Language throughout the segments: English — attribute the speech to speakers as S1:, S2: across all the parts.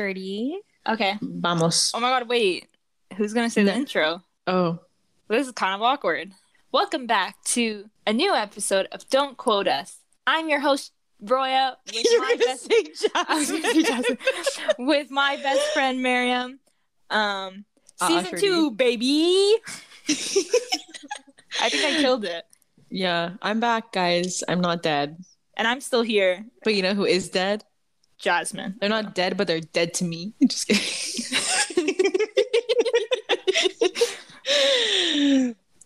S1: Shirty.
S2: Okay.
S3: Vamos.
S2: Oh my god, wait. Who's gonna say the
S3: No.
S2: intro?
S3: Oh,
S2: This is kind of awkward. Welcome back to a new episode of Don't Quote Us. I'm your host, Roya, with, my best, I was gonna say Jasmine. with my best friend, Miriam. Um,
S3: Uh-uh,
S2: season
S3: Shirley.
S2: two, baby. I think I killed it.
S3: yeah, I'm back, guys. I'm not dead.
S2: And I'm still here,
S3: But you know who is dead?
S2: Jasmine.
S3: They're not dead, but they're dead to me. Just kidding.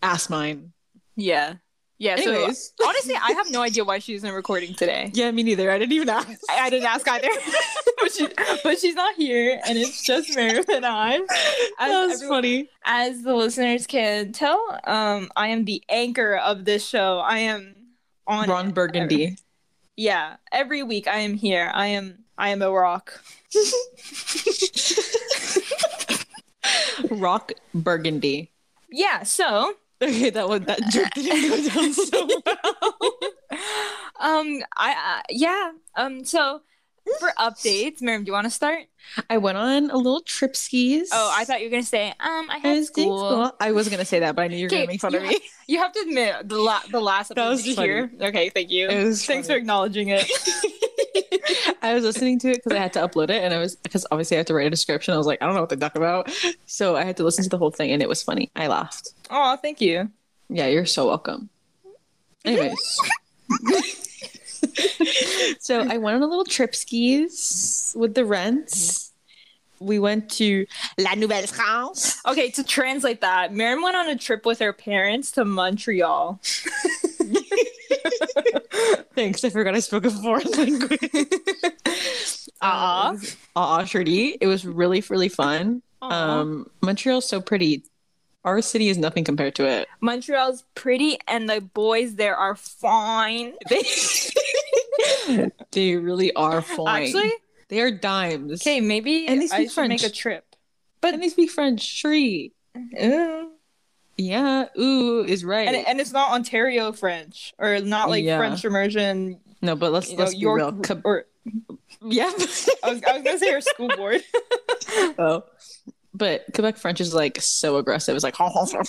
S3: Ass mine.
S2: Yeah. Yeah. So
S3: Anyways.
S2: honestly, I have no idea why she isn't recording today.
S3: yeah, me neither. I didn't even ask.
S2: I, I didn't ask either. but, she, but she's not here, and it's just Miriam and I.
S3: that was
S2: everyone-
S3: funny.
S2: As the listeners can tell, um, I am the anchor of this show. I am on.
S3: Ron
S2: it.
S3: Burgundy.
S2: Yeah, every week I am here. I am. I am a rock.
S3: Rock Burgundy.
S2: Yeah. So,
S3: Okay, that one that jerk didn't go down so well.
S2: um, I uh, yeah. Um, so for updates, Miriam, do you want to start?
S3: I went on a little trip skis.
S2: Oh, I thought you were gonna say, um, I
S3: I
S2: had
S3: was doing
S2: school.
S3: school. I was gonna say that, but I knew you were
S2: Okay,
S3: gonna make fun
S2: you
S3: of
S2: ha-
S3: me.
S2: You have to admit the la- the last
S3: That was
S2: episode you hear. Okay, thank you.
S3: It was
S2: Thanks
S3: funny.
S2: for acknowledging it.
S3: I was listening to it because I had to upload it, and I was because obviously I had to write a description. I was like, I don't know what they talk about, so I had to listen to the whole thing, and it was funny. I laughed.
S2: Oh, thank you.
S3: Yeah, you're so welcome. Anyways, so I went on a little trip skis with the rents. We went to La Nouvelle France.
S2: Okay, to translate that, Miriam went on a trip with her parents to Montreal.
S3: Thanks, I forgot I spoke a foreign language. Um,
S2: Aw.
S3: Aw, sure D. It was really, really fun. Um, Montreal's so pretty. Our city is nothing compared to it.
S2: Montreal's pretty and the boys there are fine.
S3: They, they really are flying.
S2: Actually,
S3: they are dimes.
S2: okay, maybe
S3: And they
S2: I
S3: speak
S2: should make a
S3: French.
S2: trip.
S3: but and they speak French. Shri.
S2: Ooh.
S3: Yeah. Ooh, is right.
S2: And, uh, and it's not Ontario French or not like
S3: Yeah.
S2: French immersion,
S3: no, but let's
S2: you know,
S3: let's be
S2: York
S3: real. Queb-
S2: or
S3: yeah.
S2: I was, I was gonna say her school board.
S3: oh. But Quebec French is like so aggressive. It's like Mm-hmm.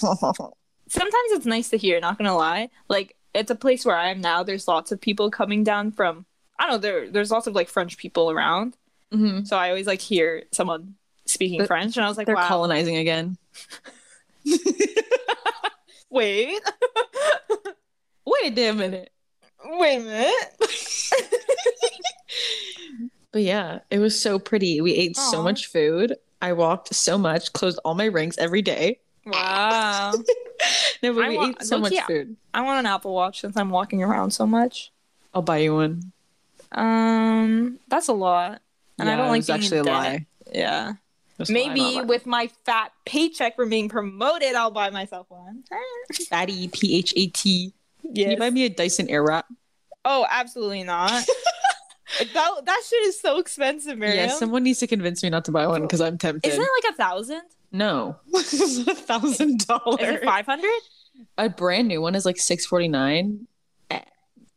S2: sometimes it's nice to hear not gonna lie like it's a place where i am now there's lots of people coming down from i don't know there, there's lots of like french people around
S3: Mhm.
S2: so i always like hear someone speaking
S3: They're-
S2: french and i was like
S3: they're
S2: wow
S3: colonizing again.
S2: wait
S3: Wait a minute.
S2: wait a minute
S3: But yeah, it was so pretty. We ate
S2: Aw.
S3: so much food. I walked so much, closed all my rings every day.
S2: wow
S3: No, but
S2: I
S3: we
S2: wa-
S3: ate so
S2: low-key,
S3: much
S2: I-
S3: food.
S2: i want an apple watch since i'm walking around so much
S3: I'll buy you one.
S2: um that's a lot and i
S3: Yeah,
S2: don't
S3: it
S2: like
S3: was
S2: being
S3: actually a
S2: dead.
S3: lie.
S2: yeah
S3: It was a lie,
S2: maybe
S3: not a lie.
S2: with my fat paycheck from being promoted i'll buy myself one
S3: fatty P H A T. Can
S2: yeah
S3: you buy me a Dyson Airwrap?
S2: Oh, absolutely not. that that shit is so expensive, Miriam.
S3: Yes, someone needs to convince me not to buy one because I'm tempted.
S2: Isn't it like a thousand?
S3: no, it's a thousand
S2: Is
S3: dollars.
S2: it five hundred?
S3: A brand new one is like six forty nine.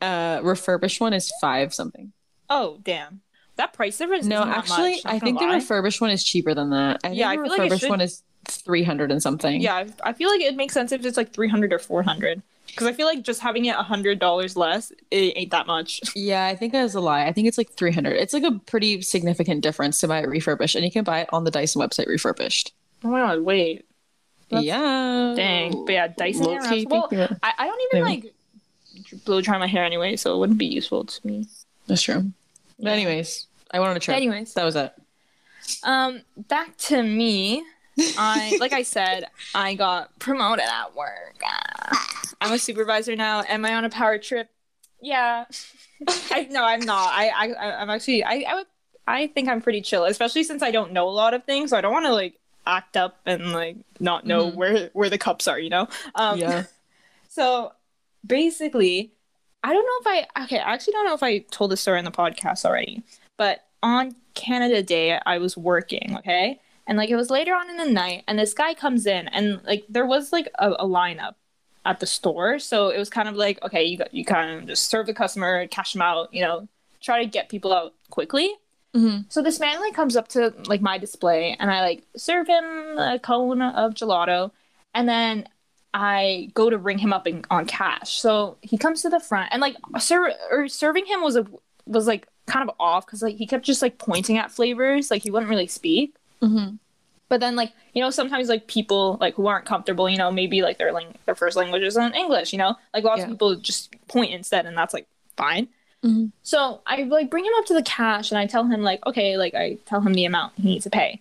S3: Uh, refurbished one is five something.
S2: Oh, damn. That price difference.
S3: No,
S2: is not
S3: actually,
S2: much, I'm
S3: I
S2: not
S3: think the
S2: gonna lie.
S3: refurbished one is cheaper than that. I think
S2: Yeah,
S3: the
S2: I feel like it
S3: refurbished
S2: should-
S3: one is three hundred and something.
S2: Yeah, I- I feel like it makes sense if it's like three hundred or four hundred. Because I feel like just having it hundred dollars less, it ain't that much.
S3: Yeah, I think that was a lie. I think it's like 300. It's like a pretty significant difference to buy it refurbished, and you can buy it on the Dyson website refurbished.
S2: Oh my god, wait, That's-
S3: yeah.
S2: dang. But yeah, Dyson
S3: Low-key,
S2: Airwraps.
S3: thank
S2: Well,
S3: you.
S2: I, I don't even
S3: Yeah.
S2: like blow dry my hair anyway, so it wouldn't be useful to me.
S3: That's true. But
S2: Yeah.
S3: anyways, I went on a trip.
S2: Anyways,
S3: That was it.
S2: Um, back to me. I like I said, I got promoted at work. Ah. I'm a supervisor now. Am I on a power trip? Yeah. I, no, I'm not. I, I I- I'm actually I, I would I think I'm pretty chill, especially since I don't know a lot of things. So I don't want to like act up and like not know
S3: Mhm.
S2: where where the cups are. You know. Um,
S3: yeah.
S2: So basically, I don't know if I okay, I actually don't know if I told this story on the podcast already, but on Canada Day, I was working, okay? And like it was later on in the night, and this guy comes in, and like there was like a, a lineup at the store, so it was kind of like okay, you got, you kind of just serve the customer, cash them out, you know, try to get people out quickly.
S3: Mhm.
S2: So this man like comes up to like my display and I like serve him a cone of gelato and then I go to ring him up in, on cash. So he comes to the front and like ser- or serving him was a was like kind of off cuz like he kept just like pointing at flavors, like he wouldn't really speak.
S3: Mhm.
S2: But then like, you know, sometimes like people like who aren't comfortable, you know, maybe like their lang- their first language isn't English, you know? Like lots
S3: Yeah.
S2: of people just point instead and that's like fine.
S3: Mhm.
S2: So I like bring him up to the cash and I tell him like, okay, like I tell him the amount he needs to pay.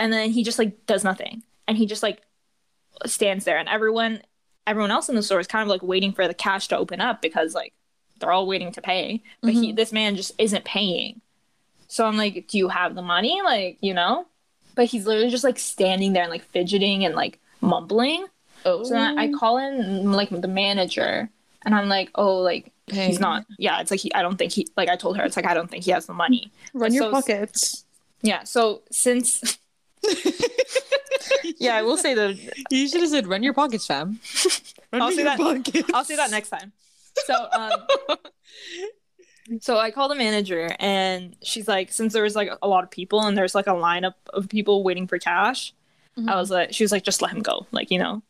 S2: And then he just like does nothing. And he just like stands there and everyone everyone else in the store is kind of like waiting for the cash to open up because like they're all waiting to pay. But he this man just isn't paying. So I'm like, do you have the money? Like, you know? But he's literally just like standing there and like fidgeting and like mumbling.
S3: Oh,
S2: So then I call in mm, like the manager and I'm like, oh, like he's
S3: Hey.
S2: not. Yeah, it's like he. I don't think he. Like I told her, it's like I don't think he has the money.
S3: run your
S2: so-
S3: pockets.
S2: Yeah. So since yeah, I will say the.
S3: You should have said, "Run your pockets, fam." Run
S2: I'll say that-
S3: pockets.
S2: I'll say that next time. So um, so I call the manager and she's like, since there was like a lot of people and there's like a lineup of people waiting for cash,
S3: Mhm.
S2: I was like, she was like, just let him go. Like you know.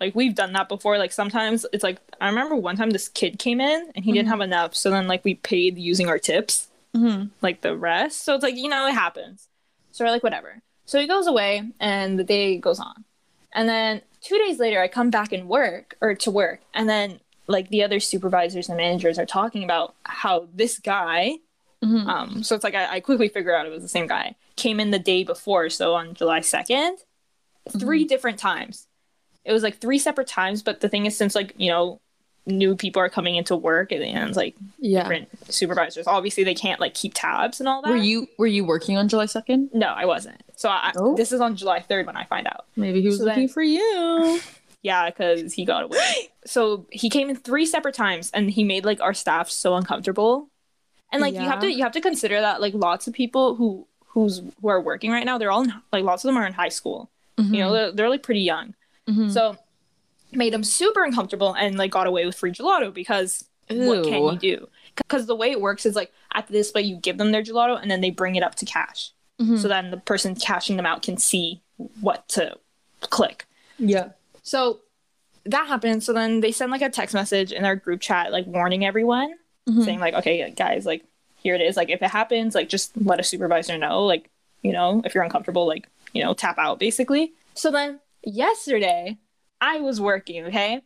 S2: Like we've done that before. Like sometimes it's like I remember one time this kid came in and he didn't
S3: Mhm.
S2: have enough, so then like we paid using our tips.
S3: Mhm.
S2: like the rest. So it's like, you know, it happens. So we're like, whatever. So he goes away and the day goes on. And then two days later I come back and work or to work. And then like the other supervisors and managers are talking about how this guy,
S3: Mhm.
S2: um, so it's like I, I quickly figure out it was the same guy, came in the day before, so on July 2nd,
S3: Mm-hmm.
S2: 3 different times. It was like three separate times, but the thing is since like, you know, new people are coming into work and, and like
S3: Yeah.
S2: different supervisors. Obviously, they can't like keep tabs and all that.
S3: Were you were you working on July second?
S2: No, I wasn't. So I,
S3: Oh.
S2: this is on July 3rd when I find out.
S3: Maybe he was
S2: So
S3: looking
S2: then-
S3: for you.
S2: Yeah, because he got away. so he came in three separate times, and he made like our staff so uncomfortable. And like you have to
S3: Yeah.
S2: you have to consider that like lots of people who who's who are working right now, they're all in, like lots of them are in high school. You
S3: Mm-hmm.
S2: know, they're, they're like pretty young.
S3: Mhm.
S2: So made him super uncomfortable and like got away with free gelato because what can
S3: Ew.
S2: you do? Because the way it works is like at the display, you give them their gelato and then they bring it up to cash.
S3: Mhm.
S2: So then the person cashing them out can see what to click.
S3: yeah.
S2: So that happens. So then they send like a text message in our group chat, like warning everyone,
S3: Mhm.
S2: saying, like, okay, guys, like, here it is. Like, if it happens, like, just let a supervisor know. Like, you know, if you're uncomfortable, like, you know, tap out basically. So then yesterday, I was working, okay?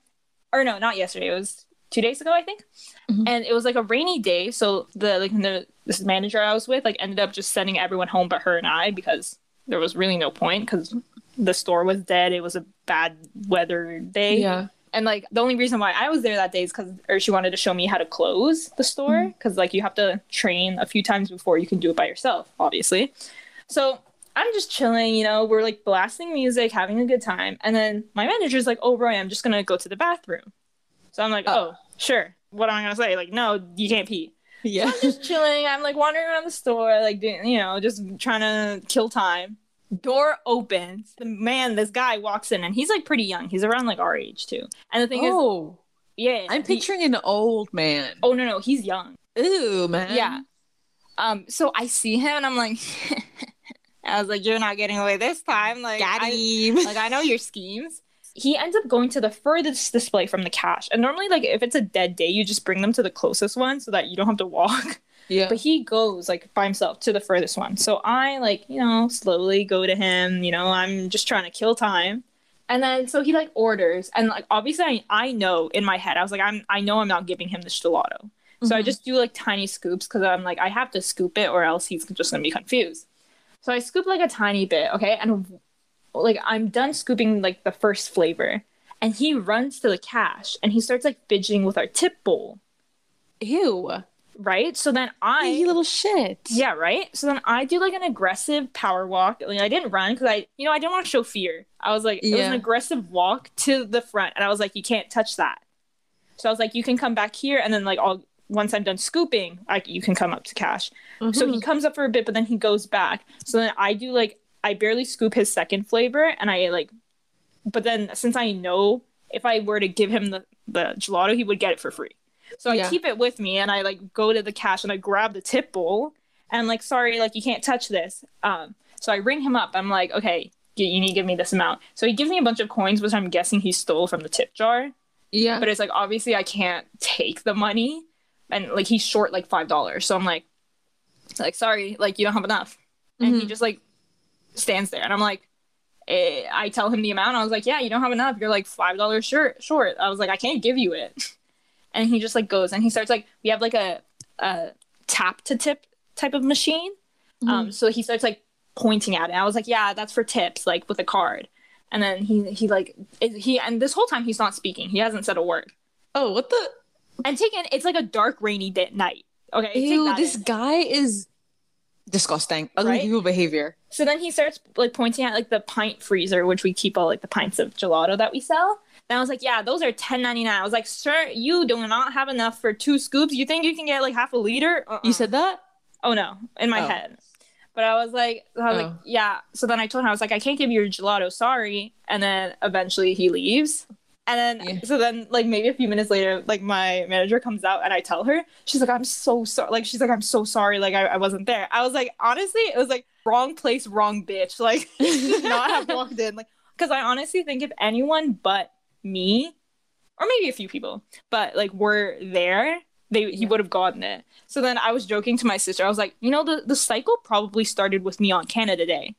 S2: Or no, not yesterday. It was two days ago, I think.
S3: Mhm.
S2: And it was like a rainy day. So the like the this manager I was with like ended up just sending everyone home but her and I because there was really no point because the store was dead. It was a bad weather day.
S3: Yeah.
S2: And like the only reason why I was there that day is because or she wanted to show me how to close the store because like you have to train a few times before you can do it by yourself, obviously. So I'm just chilling, you know, we're like blasting music, having a good time. And then my manager's like, Oh Roy, I'm just gonna go to the bathroom. So I'm like,
S3: Oh.
S2: Oh, sure. What am I gonna say? Like, no, you can't pee.
S3: Yeah.
S2: Just chilling. I'm like wandering around the store, like doing, you know, just trying to kill time. Door opens. The man, this guy walks in, and he's like pretty young. He's around like our age too. And the thing is,
S3: Oh,
S2: yeah,
S3: I'm
S2: he-
S3: picturing an old man.
S2: oh no, no, he's young.
S3: Ooh, man.
S2: Yeah. Um. So I see him, and I'm like, I was like, you're not getting away this time. Like,
S3: Got
S2: I-
S3: him.
S2: like I know your schemes. He ends up going to the furthest display from the cache. And normally, like if it's a dead day, you just bring them to the closest one so that you don't have to walk.
S3: yeah.
S2: But he goes like by himself to the furthest one. So I like, you know, slowly go to him, you know, I'm just trying to kill time. And then so he like orders and like obviously I, I know in my head, I was like, I'm I know I'm not giving him the gelato. So I
S3: Mhm.
S2: just do like tiny scoops because I'm like, I have to scoop it or else he's just gonna be confused. So I scoop like a tiny bit, okay? And like I'm done scooping like the first flavor. And he runs to the cash and he starts like fidgeting with our tip bowl,
S3: ew.
S2: right? So then I
S3: you little shit.
S2: yeah, right. So then I do like an aggressive power walk. Like I didn't run because I, you know, I didn't want to show fear. I was like, it was
S3: Yeah.
S2: an aggressive walk to the front, and I was like, you can't touch that. So I was like, you can come back here, and then like I'll once I'm done scooping, like you can come up to cash. So
S3: Mm-hmm.
S2: he comes up for a bit, but then he goes back. So then I do like I barely scoop his second flavor, and I like, but then since I know if I were to give him the the gelato, he would get it for free. So I
S3: Yeah.
S2: keep it with me, and I like go to the cash and I grab the tip bowl, and like sorry like you can't touch this um so i ring him up i'm like okay you, you need to give me this amount so he gives me a bunch of coins which i'm guessing he stole from the tip jar
S3: Yeah.
S2: but it's like obviously i can't take the money and like he's short like five dollars so i'm like like sorry like you don't have enough and he just like stands there and i'm like eh, i tell him the amount i was like yeah you don't have enough you're like five dollars short short i was like i can't give you it and he just like goes and he starts like we have like a a tap to tip type of machine
S3: Mm-hmm.
S2: um so he starts like pointing at it i was like yeah that's for tips like with a card and then he he like is- he and this whole time he's not speaking he hasn't said a word
S3: oh, what the?
S2: and take in it's like a dark rainy day night okay take
S3: Ew,
S2: that
S3: this
S2: in.
S3: guy is disgusting. Unbelievable behavior.
S2: So then he starts like pointing at like the pint freezer, which we keep all like the pints of gelato that we sell. And I was like, yeah, those are ten ninety nine. I was like, sir, you do not have enough for two scoops. You think you can get like half a liter? Uh-uh.
S3: You said that?
S2: oh no, in my
S3: Oh.
S2: head. But I was like, I was like,
S3: Oh.
S2: yeah. So then I told him, I was like, I can't give you your gelato, sorry. And then eventually he leaves. And then
S3: Yeah.
S2: so then like maybe a few minutes later, like my manager comes out and I tell her, she's like, I'm so sorry. Like she's like, I'm so sorry. Like I, I wasn't there. I was like, honestly, it was like wrong place, wrong bitch. Like should not have walked in. Like because I honestly think if anyone but me, or maybe a few people, but like were there, they he
S3: Yeah.
S2: would have gotten it. So then I was joking to my sister. I was like, you know, the, the cycle probably started with me on Canada Day.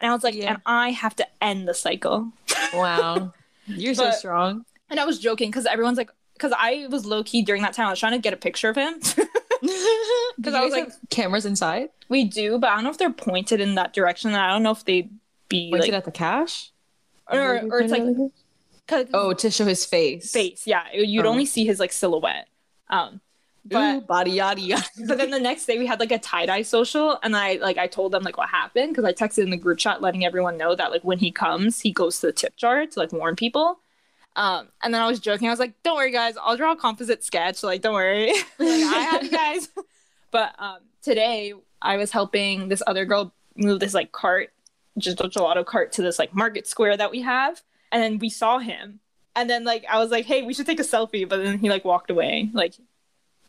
S2: And I was like,
S3: Yeah.
S2: and I have to end the cycle.
S3: Wow. You're so
S2: But-
S3: strong.
S2: And I was joking because everyone's like, because I was low key during that time. I was trying to get a picture of him.
S3: Because
S2: I was like-
S3: cameras inside
S2: we do, but I don't know if they're pointed in that direction. And I don't know if they'd be
S3: pointed
S2: like,
S3: at the cash.
S2: or, or it's like, cause
S3: oh, to show his face.
S2: face. Yeah. You'd
S3: Oh.
S2: only see his like silhouette. Um, but
S3: Ooh, body yada yada.
S2: but then the next day we had like a tie dye social, and I like I told them like what happened because I texted in the group chat letting everyone know that like when he comes he goes to the tip jar to like warn people. Um, and then I was joking. I was like, "Don't worry, guys. I'll draw a composite sketch. Like, don't worry. like, I have you guys." but um, today I was helping this other girl move this like cart, just a gelato cart to this like market square that we have, and then we saw him. And then like I was like, "Hey, we should take a selfie," but then he like walked away. Like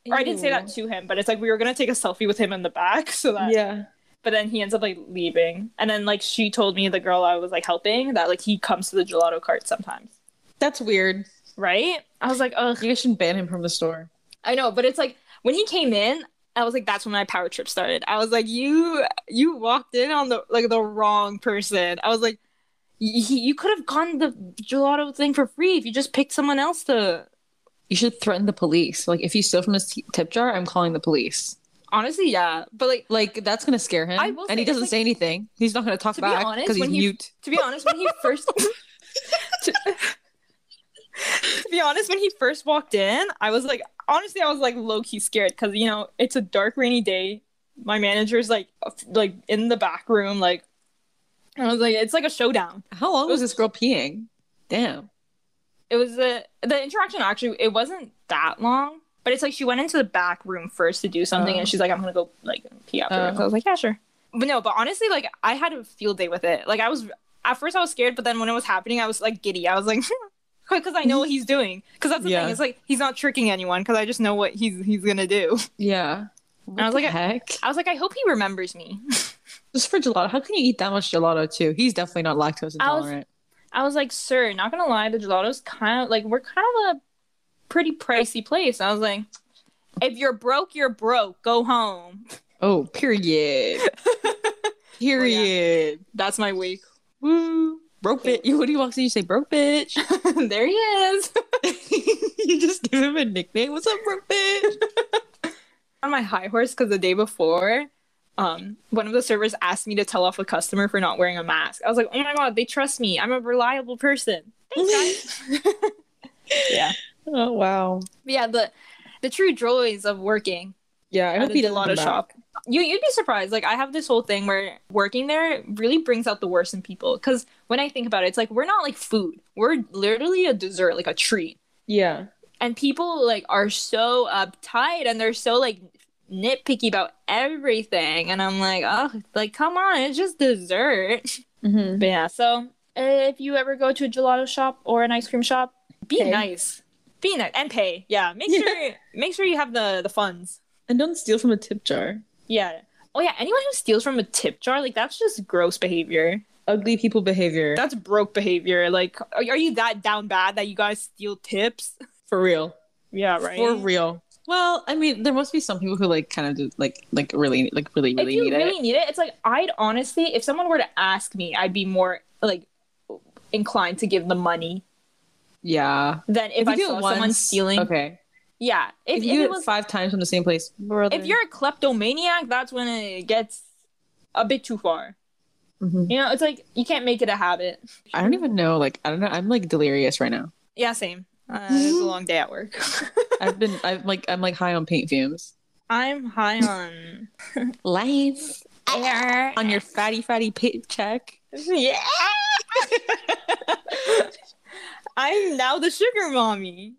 S2: or I didn't say that to him, but it's like we were gonna take a selfie with him in the back, so that.
S3: Yeah.
S2: But then he ends up like leaving, and then like she told me the girl I was like helping that like he comes to the gelato cart sometimes,
S3: That's weird.
S2: right? I was like, ugh,
S3: You guys shouldn't ban him from the store.
S2: I know, but it's like when he came in, I was like, that's when my power trip started. I was like, you you walked in on the like the wrong person. I was like, y- y- you could have gotten the gelato thing for free if you just picked someone else to.
S3: You should threaten the police. Like, if you steal from his t- tip jar, I'm calling the police.
S2: Honestly, yeah, but like
S3: Like, that's gonna scare him.
S2: I will
S3: and
S2: say,
S3: he
S2: it's
S3: doesn't
S2: like-
S3: say anything. He's not gonna talk
S2: To be
S3: back
S2: honest,
S3: because he's
S2: when he-
S3: mute.
S2: To be honest, when he first to, to be honest, when he first walked in, I was like honestly I was like low key scared cuz you know, it's a dark rainy day. My manager's like f- like in the back room like and I was like it's like a showdown.
S3: How long was this girl peeing? Damn.
S2: It was a the interaction actually it wasn't that long, but it's like she went into the back room first to do something
S3: Oh.
S2: and she's like I'm going to go like pee afterwards.
S3: Oh.
S2: I was like yeah, sure. But no, but honestly like I had a field day with it. Like I was at first I was scared, but then when it was happening, I was like giddy. I was like, because I know what he's doing. Because that's the
S3: Yeah.
S2: thing. It's like he's not tricking anyone. Because I just know what he's he's gonna do.
S3: Yeah. What
S2: I was
S3: the
S2: like, I-
S3: heck?
S2: I was like, I hope he remembers me.
S3: Just for gelato. How can you eat that much gelato too? He's definitely not lactose
S2: I was-
S3: intolerant.
S2: I was like, sir, not gonna lie, the gelato's kind of like we're kind of a pretty pricey place. I was like, if you're broke, you're broke. Go home.
S3: Oh, period. period.
S2: That's my week.
S3: Woo. Broke it. You when he walks in, you say broke bitch.
S2: there he is.
S3: you just give him a nickname. What's up, broke bitch?
S2: on my high horse because the day before, um, one of the servers asked me to tell off a customer for not wearing a mask. I was like, oh my god, they trust me. I'm a reliable person. yeah.
S3: oh wow.
S2: But yeah, the the true joys of working.
S3: Yeah, I
S2: at
S3: hope he doesn't
S2: gelato
S3: come back.
S2: You you'd be surprised. Like I have this whole thing where working there really brings out the worst in people. Cause when I think about it, it's like we're not like food. We're literally a dessert, like a treat.
S3: Yeah.
S2: and people like are so uptight and they're so like nitpicky about everything and i'm like oh like come on it's just dessert
S3: Mm-hmm.
S2: but yeah so if you ever go to a gelato shop or an ice cream shop be
S3: Pay.
S2: nice be nice and pay yeah make
S3: Yeah.
S2: sure make sure you have the the funds
S3: And don't steal from a tip jar.
S2: yeah Oh yeah, anyone who steals from a tip jar, like that's just gross behavior.
S3: Ugly people behavior.
S2: That's broke behavior. Like, are, are you that down bad that you guys steal tips?
S3: for real.
S2: Yeah, right.
S3: For real. Well, I mean, there must be some people who like kind of do, like like really like really
S2: if
S3: really
S2: you
S3: need
S2: really
S3: it.
S2: need it, it's like I'd honestly, if someone were to ask me, I'd be more like inclined to give the money
S3: Yeah.
S2: than if, I
S3: you do
S2: saw
S3: it
S2: someone
S3: once,
S2: stealing.
S3: okay.
S2: Yeah, if,
S3: If,
S2: if
S3: you do
S2: it
S3: it
S2: was
S3: five times from the same place, brother.
S2: if you're a kleptomaniac, that's when it gets a bit too far.
S3: Mhm.
S2: You know, it's like you can't make it a habit.
S3: I don't even know. Like, I don't know. I'm like delirious right now.
S2: Yeah, same. Uh, it was a long day at work.
S3: I've been. I'm like. I'm like high on paint fumes.
S2: I'm high on
S3: Life
S2: air.
S3: on your fatty fatty paycheck.
S2: yeah. I'm now the sugar mommy.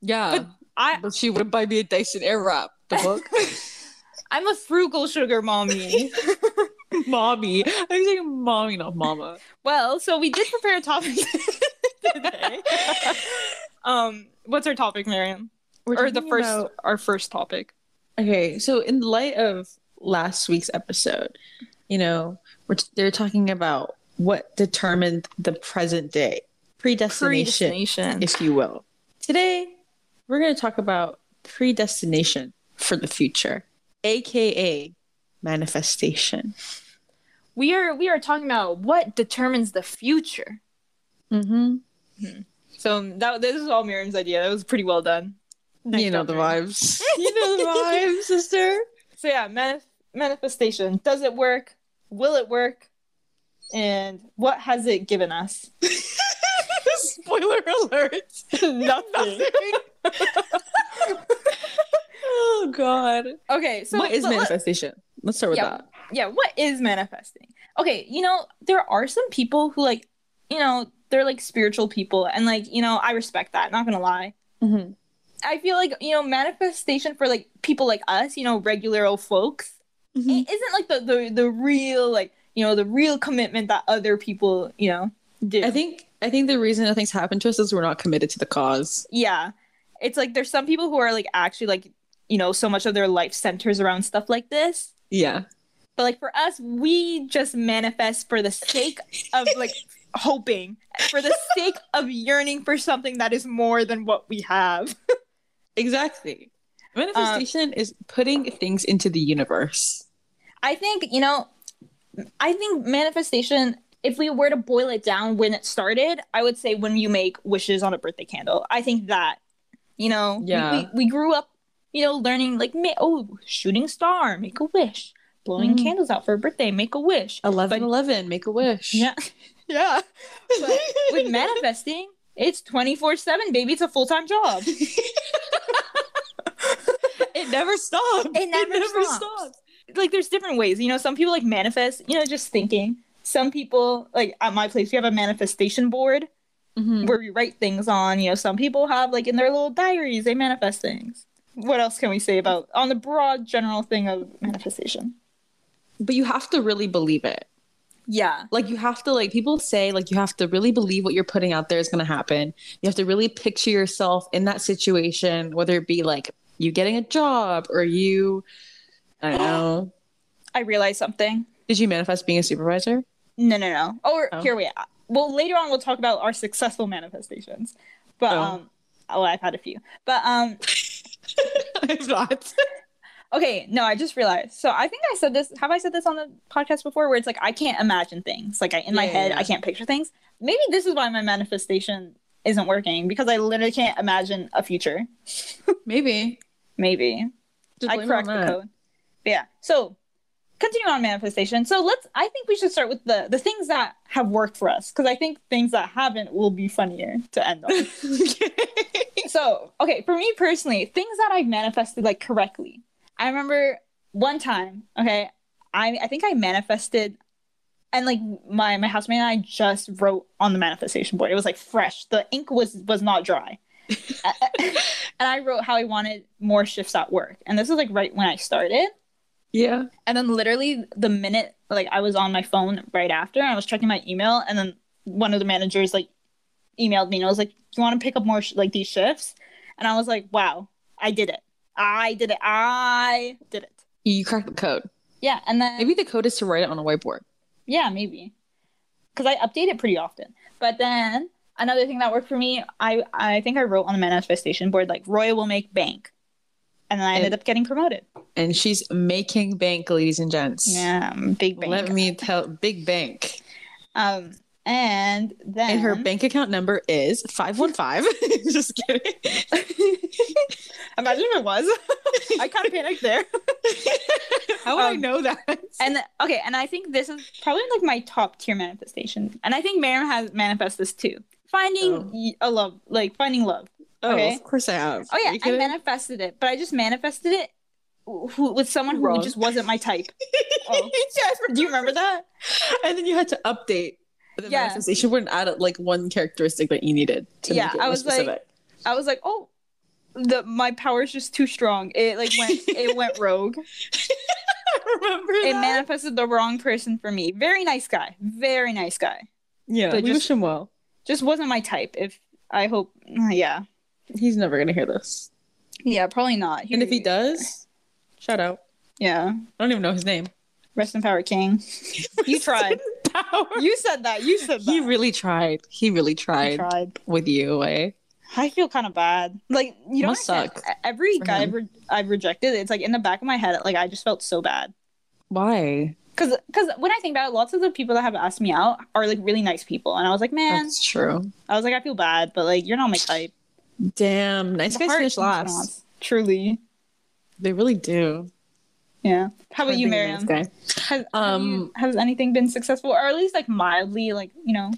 S3: Yeah, but,
S2: I
S3: she wouldn't buy me a Dyson Airwrap. The book,
S2: I'm a frugal sugar mommy.
S3: mommy. I'm saying mommy, not mama.
S2: well, so we did prepare a topic today. Um, what's our topic, Miriam? or the first our first topic?
S3: Okay, so in light of last week's episode, you know, we're t- they're talking about what determined the present day predestination,
S2: Predestination.
S3: if you will. Today, we're going to talk about predestination for the future, aka manifestation.
S2: We are we are talking about what determines the future.
S3: Mm-hmm.
S2: So that this is all Miriam's idea. That was pretty well done. Next
S3: You know
S2: up,
S3: the
S2: Miriam.
S3: vibes. you know the vibes, sister.
S2: So yeah, manif- manifestation. Does it work? Will it work? And what has it given us?
S3: Spoiler alert.
S2: Nothing.
S3: oh God.
S2: okay, so
S3: what is
S2: but let-
S3: manifestation? Let's start with
S2: Yeah.
S3: that.
S2: yeah, what is manifesting? Okay, you know, there are some people who like, you know, they're like spiritual people and like, you know, I respect that, not gonna lie.
S3: Mm-hmm.
S2: I feel like, you know, manifestation for like people like us, you know, regular old folks,
S3: Mm-hmm.
S2: it isn't like the the, the real like, you know, the real commitment that other people, you know, do.
S3: I think I think the reason nothing's happened to us is we're not committed to the cause.
S2: yeah. It's like there's some people who are like actually like, you know, so much of their life centers around stuff like this.
S3: Yeah.
S2: But like for us, we just manifest for the sake of like hoping, for the sake of yearning for something that is more than what we have.
S3: Exactly. Manifestation is putting things into the universe.
S2: I think, you know, I think manifestation, if we were to boil it down when it started, I would say when you make wishes on a birthday candle. I think that, you know, we-
S3: Yeah.
S2: we, we grew up, you know, learning like, ma- oh, shooting star, make a wish, blowing
S3: Mm.
S2: candles out for a birthday, make a wish.
S3: Eleven,
S2: But-
S3: eleven, make a wish.
S2: Yeah. Yeah. But with manifesting, it's 24 7, baby. It's a full time job.
S3: it never stops.
S2: It never stops. Like, there's different ways. You know, some people like manifest, you know, just thinking. Some people, like at my place, we have a manifestation board
S3: Mhm.
S2: where we write things on. You know, some people have, like, in their little diaries, they manifest things. What else can we say about on the broad general thing of manifestation?
S3: But you have to really believe it.
S2: Yeah.
S3: Like you have to like people say like you have to really believe what you're putting out there is going to happen. You have to really picture yourself in that situation, whether it be like you getting a job or you, I don't know.
S2: I realized something.
S3: Did you manifest being a supervisor?
S2: No, no, no. Or
S3: Oh.
S2: here we are. Well, later on we'll talk about our successful manifestations. But
S3: Oh.
S2: um oh, I've had a few. But um
S3: I've not.
S2: okay, no, I just realized. So I think I said this have I said this on the podcast before where it's like I can't imagine things. Like I in my
S3: Yeah, yeah,
S2: head
S3: yeah.
S2: I can't picture things. Maybe this is why my manifestation isn't working because I literally can't imagine a future.
S3: Maybe.
S2: Maybe.
S3: Just
S2: I
S3: blame it
S2: correct
S3: on
S2: the
S3: that.
S2: code. But yeah. So continue on manifestation. So let's I think we should start with the the things that have worked for us because I think things that haven't will be funnier to end on. so, okay, for me personally, things that I've manifested like correctly. I remember one time, okay, I I think I manifested and like my my housemate and I just wrote on the manifestation board. It was like fresh. The ink was was not dry. and I wrote how I wanted more shifts at work. And this was like right when I started.
S3: yeah.
S2: And then literally the minute like I was on my phone right after, I was checking my email, and then one of the managers like emailed me and I was like, "Do you want to pick up more sh- like these shifts?" And I was like, "Wow, I did it! I did it! I did it!"
S3: You cracked the code.
S2: Yeah, and then
S3: Maybe the code is to write it on a whiteboard.
S2: Yeah, maybe. Because I update it pretty often. But then another thing that worked for me, I, I think I wrote on the manifestation board, like, Roy will make bank. And then I
S3: And-
S2: ended up getting promoted.
S3: And she's making bank, ladies and gents.
S2: Yeah, um, big bank.
S3: Let me tell big bank.
S2: um, and then.
S3: And her bank account number is 515. Just kidding.
S2: Imagine if it was. I kind of panicked there.
S3: How would I
S2: Um,
S3: know that?
S2: And then- okay, and I think this is probably like my top tier manifestation. And I think Miriam has manifest this too. Finding
S3: Oh.
S2: y- a love, like finding love.
S3: oh,
S2: okay.
S3: of course I have.
S2: Oh
S3: Are
S2: yeah,
S3: you
S2: I
S3: kidding?
S2: manifested it, but I just manifested it who, who- with someone who
S3: Wrong.
S2: just wasn't my type. Oh.
S3: Yes.
S2: Do you remember that?
S3: And then you had to update the
S2: Yeah.
S3: manifestation board and add like one characteristic that you needed to
S2: Yeah,
S3: make it
S2: I
S3: more
S2: was like-
S3: specific.
S2: I was like, oh, the my power is just too strong. It like went it went rogue.
S3: I remember
S2: It
S3: that.
S2: manifested the wrong person for me. Very nice guy, very nice guy.
S3: yeah,
S2: but
S3: we
S2: just-
S3: wish him well.
S2: Just wasn't my type. If I hope, yeah,
S3: He's never gonna hear this.
S2: yeah, probably not.
S3: And if he does, shout out.
S2: yeah,
S3: I don't even know his name.
S2: rest in power, King. You tried. You said that. You said that.
S3: He really tried. He really
S2: You
S3: tried
S2: tried.
S3: with you, eh?
S2: I feel kind of bad. Like you don't
S3: Must
S2: understand.
S3: suck
S2: E- Every
S3: for
S2: guy I've,
S3: him.
S2: re- I've rejected, it's like in the back of my head, like I just felt so bad.
S3: Why?
S2: Cause, 'cause when I think about it, lots of the people that have asked me out are like really nice people, and I was like, man,
S3: That's true.
S2: I was like, I feel bad, but like you're not my type.
S3: Damn, nice
S2: The
S3: guys
S2: heart
S3: finish
S2: comes
S3: last.
S2: last. Truly,
S3: They really do.
S2: yeah. How about you,
S3: Being a nice
S2: Miriam?
S3: guy.
S2: Has, um,
S3: Um,
S2: has anything been successful, or at least like mildly, like you know?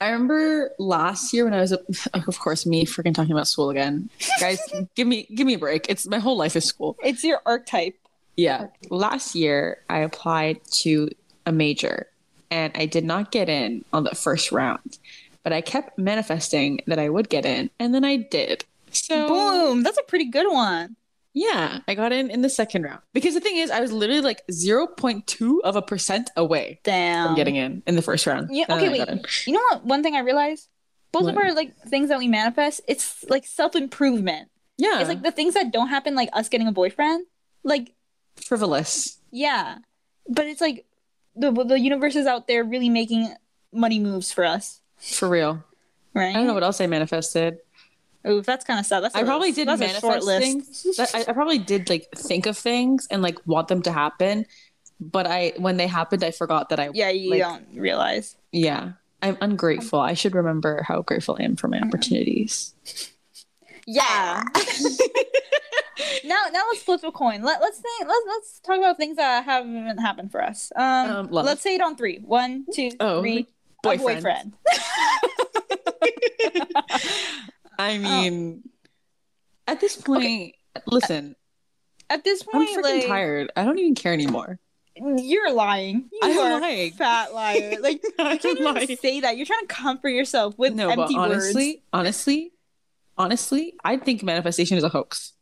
S3: I remember last year when I was, of course, me freaking talking about school again. Guys, give me give me a break. It's my whole life is school.
S2: It's your archetype.
S3: Yeah. Last year I applied to a major and I did not get in on the first round, but I kept manifesting that I would get in, and then I did. So
S2: Boom! That's a pretty good one.
S3: yeah, I got in in the second round because the thing is, I was literally like zero point two of a percent away
S2: Damn.
S3: from getting in in the first round.
S2: Um, Yeah.
S3: And
S2: Okay.
S3: then I got in.
S2: Wait. You know what? One thing I realized. Both of
S3: What?
S2: our like things that we manifest, it's like self improvement.
S3: Yeah.
S2: It's like the things that don't happen, like us getting a boyfriend. Like
S3: frivolous.
S2: yeah, but it's like the the universe is out there really making money moves for us,
S3: For real.
S2: right?
S3: I don't know what else I manifested.
S2: Ooh, that's kind of sad. That's a
S3: I probably
S2: list.
S3: did
S2: That's
S3: manifest
S2: a short list.
S3: things. That- I, I probably did like think of things and like want them to happen, but I when they happened, I forgot that I yeah.
S2: Yeah, you
S3: Like-
S2: don't realize.
S3: I'm ungrateful. I should remember how grateful I am for my
S2: Mm-hmm.
S3: opportunities.
S2: Yeah. Ah. now, now let's flip a coin. Let let's think. Let's let's talk about things that haven't happened for us. Um,
S3: Um, love.
S2: let's say it on three. One, two, three.
S3: Oh,
S2: A
S3: boyfriend.
S2: boyfriend.
S3: I mean, at this point, listen,
S2: At this
S3: I'm
S2: point,
S3: freaking
S2: like,
S3: tired. I don't even care anymore.
S2: You're lying. You
S3: I'm
S2: are
S3: lying.
S2: fat liar. Like
S3: I'm
S2: you can't even
S3: lying.
S2: say that. You're trying to comfort yourself with
S3: no, but
S2: empty
S3: honestly,
S2: words.
S3: honestly, honestly, I think manifestation is a hoax.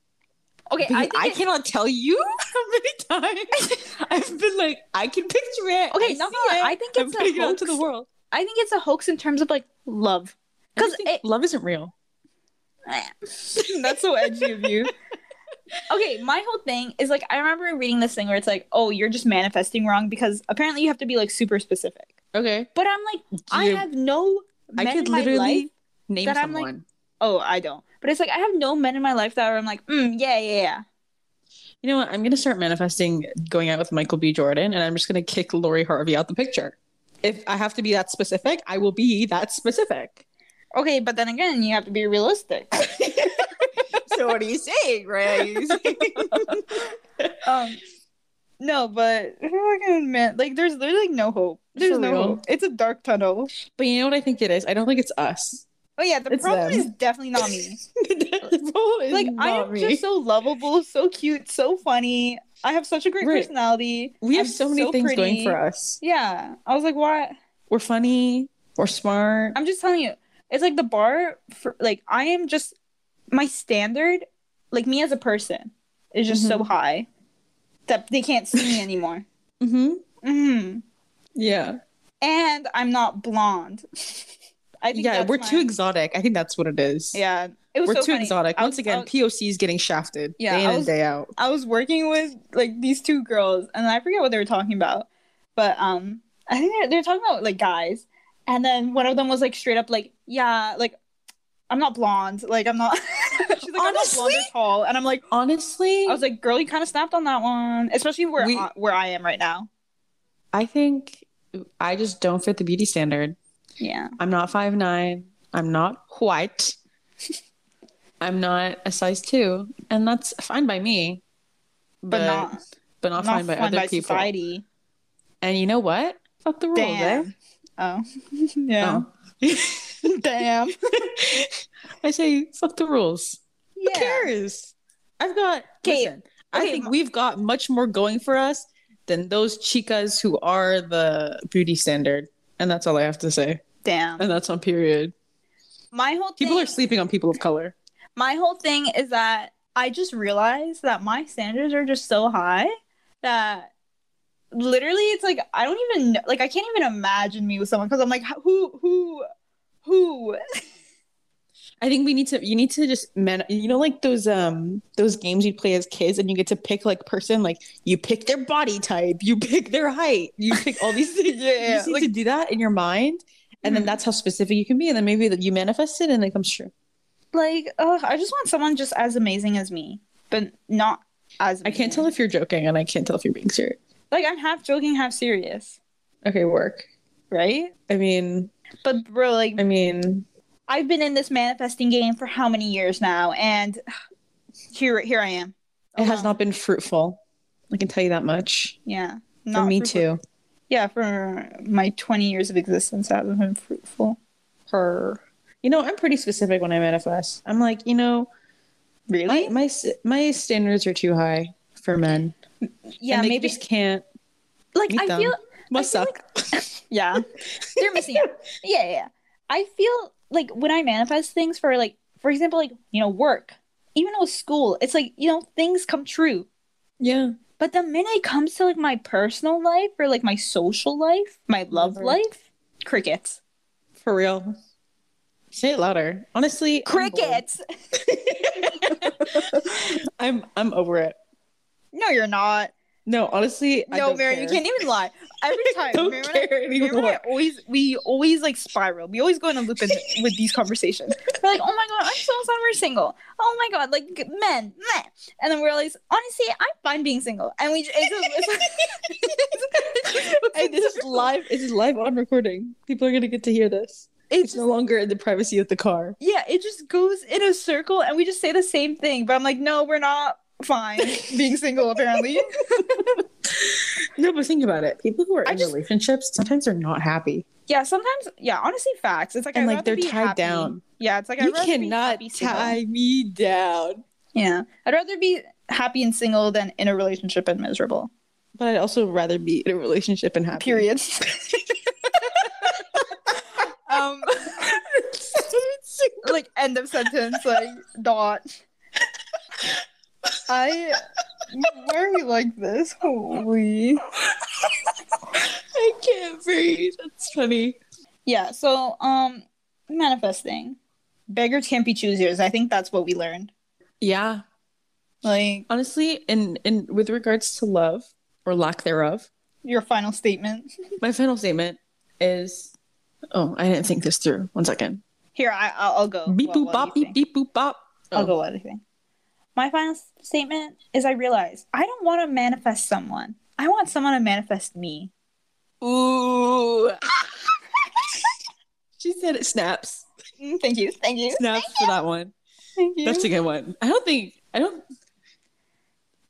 S2: Okay, I
S3: Because
S2: think
S3: I,
S2: it-
S3: cannot tell you how many times I've been like, I can picture it.
S2: Okay,
S3: I
S2: not
S3: see
S2: gonna lie,
S3: it.
S2: I think
S3: I'm
S2: it's a
S3: putting it out to the
S2: hoax.
S3: world
S2: I think it's a hoax in terms of like love.
S3: because
S2: Because it,
S3: love isn't real.
S2: That's so edgy of you. Okay, my whole thing is like I remember reading this thing where it's like, oh, you're just manifesting wrong because apparently you have to be like super specific.
S3: Okay,
S2: But I'm like, I
S3: You-
S2: have no
S3: I
S2: men
S3: could
S2: in my
S3: literally-
S2: life.
S3: name
S2: that I'm, like-
S3: someone.
S2: Oh, I don't. But it's like I have no men in my life that I'm like, mm, yeah, yeah, yeah.
S3: you know what? I'm gonna start manifesting going out with Michael B. Jordan, and I'm just gonna kick Lori Harvey out the picture. If I have to be that specific, I will be that specific.
S2: Okay, but then again, you have to be realistic.
S3: so what are you saying, Ray?
S2: um, no, but fucking man, like there's there's like no hope. There's
S3: For
S2: no
S3: real.
S2: hope. It's a dark tunnel.
S3: but you know what I think it is? I don't think it's us.
S2: Oh yeah, the
S3: It's
S2: problem
S3: them.
S2: is definitely not me.
S3: the problem is
S2: like I
S3: not
S2: am
S3: me.
S2: just so lovable, so cute, so funny. I have such a great
S3: Right.
S2: personality.
S3: we have
S2: I'm
S3: so many things going for
S2: pretty.
S3: us.
S2: Yeah, I was like, why?
S3: we're funny, we're smart.
S2: I'm just telling you, it's like the bar for like I am just my standard, like me as a person, is just so high that they can't see me anymore.
S3: Mm-hmm.
S2: hmm
S3: Yeah,
S2: and I'm not blonde. I think
S3: yeah,
S2: that's
S3: we're too
S2: my-
S3: exotic. I think that's what it is.
S2: yeah, it was
S3: We're
S2: so
S3: too
S2: funny.
S3: exotic.
S2: I
S3: Once
S2: was-
S3: again,
S2: I was-
S3: POC is getting shafted
S2: Yeah,
S3: day in
S2: I
S3: and
S2: was-
S3: day out.
S2: I was working with like these two girls, and I forget what they were talking about, but um, I think they- they were talking about like guys, and then one of them was like straight up like, yeah, like I'm not blonde, like I'm not. She's like, I'm not blonde
S3: Honestly?
S2: or tall, and I'm like,
S3: Honestly,
S2: I was like, girl, you kind of snapped on that one, especially where
S3: We-
S2: I, where I am right now.
S3: I think I just don't fit the beauty standard.
S2: Yeah,
S3: I'm not five nine. I'm not white. I'm not a size two, and that's fine by me. But,
S2: but, not
S3: but not,
S2: not
S3: fine by other people.
S2: society.
S3: And you know what? Fuck the rules, eh?
S2: Damn. Oh, yeah.
S3: No.
S2: Oh. Damn.
S3: Oh. I say fuck the rules. Who
S2: Yeah.
S3: cares? I've got.
S2: 'Kay.
S3: Listen, I
S2: Okay,
S3: think
S2: m-
S3: we've got much more going for us than those chicas who are the beauty standard. And that's all I have to say.
S2: Damn.
S3: And that's on period.
S2: My whole
S3: People
S2: thing-
S3: are sleeping on people of color.
S2: my whole thing is that I just realized that my standards are just so high that literally it's like I don't even know, like I can't even imagine me with someone because I'm like "How- who who who
S3: I think we need to. You need to just man. You know, like those um those games you play as kids, and you get to pick like person. Like you pick their body type, you pick their height, you pick all these things. you
S2: yeah
S3: just need to do that in your mind, and then
S2: Mhm.
S3: that's how specific you can be. And then maybe that you manifest it, and it comes true.
S2: like oh I just want someone just as amazing as me but not as
S3: I can't tell
S2: amazing.
S3: if you're joking, and I can't tell if you're being serious.
S2: like I'm half joking half serious
S3: Okay, work.
S2: right
S3: I mean,
S2: but bro like
S3: I mean,
S2: I've been in this manifesting game for how many years now and here here I am
S3: it has
S2: Alone.
S3: not been fruitful. I can tell you that much.
S2: yeah
S3: For me
S2: fruitful.
S3: too.
S2: yeah, for my 20 years of existence, that hasn't been fruitful.
S3: Her. You know, I'm pretty specific when I manifest. I'm like, you know,
S2: Really?
S3: my my, s- my standards are too high for men.
S2: yeah,
S3: and they
S2: maybe.
S3: just can't.
S2: like,
S3: meet
S2: I
S3: them.
S2: feel.
S3: Must
S2: feel
S3: suck.
S2: Yeah. They're missing out. Yeah, yeah, yeah. I feel like when I manifest things for, like, for example, like, you know, work, even with school, it's like, you know, things come true.
S3: yeah,
S2: But the minute it comes to, like, my personal life or, like, my social life, my love
S3: Never.
S2: life, crickets.
S3: for real. Say it louder. Honestly, I'm bored.
S2: Crickets.
S3: I'm I'm over it.
S2: No, you're not.
S3: No, honestly,
S2: No,
S3: I don't
S2: Mary, you
S3: care.
S2: can't even lie. Every time,
S3: Don't
S2: Mary, when I-
S3: care
S2: Remember
S3: anymore.
S2: I always we always like spiral. We always go in a loop in, with these conversations. We're like, oh my god, I'm so sad we're single. Oh my god, like g- men, meh. And then we realize, honestly, I'm fine being single. And we j- it's just, it's,
S3: Hey, this is live. It's live on recording. People are gonna get to hear this. It's
S2: it's
S3: no
S2: just,
S3: longer in the privacy of the car.
S2: yeah, it just goes in a circle, and we just say the same thing. But I'm like, no, we're not fine being single. Apparently,
S3: No, but think about it. People who are
S2: I
S3: in
S2: just-
S3: relationships sometimes are not happy.
S2: yeah. Sometimes, yeah. Honestly, facts. It's like
S3: And,
S2: I'd
S3: like,
S2: rather
S3: they're
S2: be
S3: tied
S2: happy.
S3: down.
S2: Yeah, it's like
S3: you
S2: I'd rather be
S3: cannot
S2: happy single.
S3: tie me down.
S2: Yeah. I'd rather be happy and single than in a relationship and miserable.
S3: But I'd also rather be in a relationship and happy.
S2: Period. um like end of sentence, like dot. I why are we like this? Holy
S3: I can't breathe. That's funny.
S2: Yeah, so um manifesting. Beggars can't be choosers. I think that's what we learned.
S3: Yeah,
S2: Like
S3: honestly, in in with regards to love or lack thereof,
S2: your final statement.
S3: my final statement is. Oh, I didn't think this through. One second.
S2: Here, I I'll, I'll go.
S3: Beep
S2: What-
S3: boop
S2: what do you
S3: bop. Beep
S2: think?
S3: beep boop bop.
S2: I'll
S3: Oh.
S2: go with anything. My final s- statement is I realize I don't want to manifest someone. I want someone to manifest me.
S3: Ooh. she said it snaps.
S2: Mm, Thank you. Thank you.
S3: Snaps for that one.
S2: Thank you.
S3: That's a good one. I don't think I don't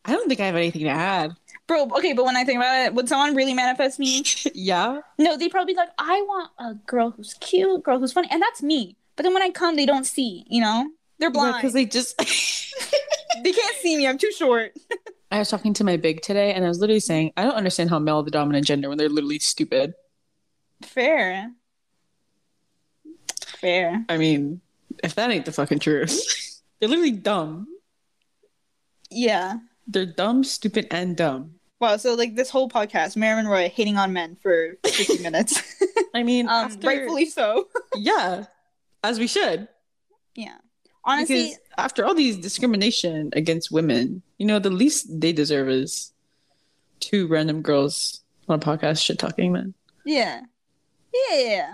S3: I don't think I have anything to add.
S2: Bro, okay, but when I think about it, would someone really manifest me?
S3: yeah.
S2: No, they'd probably be like, I want a girl who's cute, girl who's funny. And that's me. But then when I come, they don't see, you know? They're blind.
S3: Because they just
S2: they-, can't see me. I'm too short.
S3: I was talking to my big today and I was literally saying, I don't understand how male are the dominant gender when they're literally stupid.
S2: Fair. Fair.
S3: I mean, if that ain't the fucking truth. they're literally dumb.
S2: Yeah.
S3: They're dumb, stupid, and dumb.
S2: Wow, so like this whole podcast, Marilyn Roy hating on men for 50 minutes.
S3: I mean,
S2: um,
S3: after-
S2: rightfully so.
S3: yeah, as we should.
S2: Yeah. Honestly,
S3: because after all these discrimination against women, you know, the least they deserve is two random girls on a podcast shit talking men.
S2: yeah, yeah, yeah.
S3: Yeah.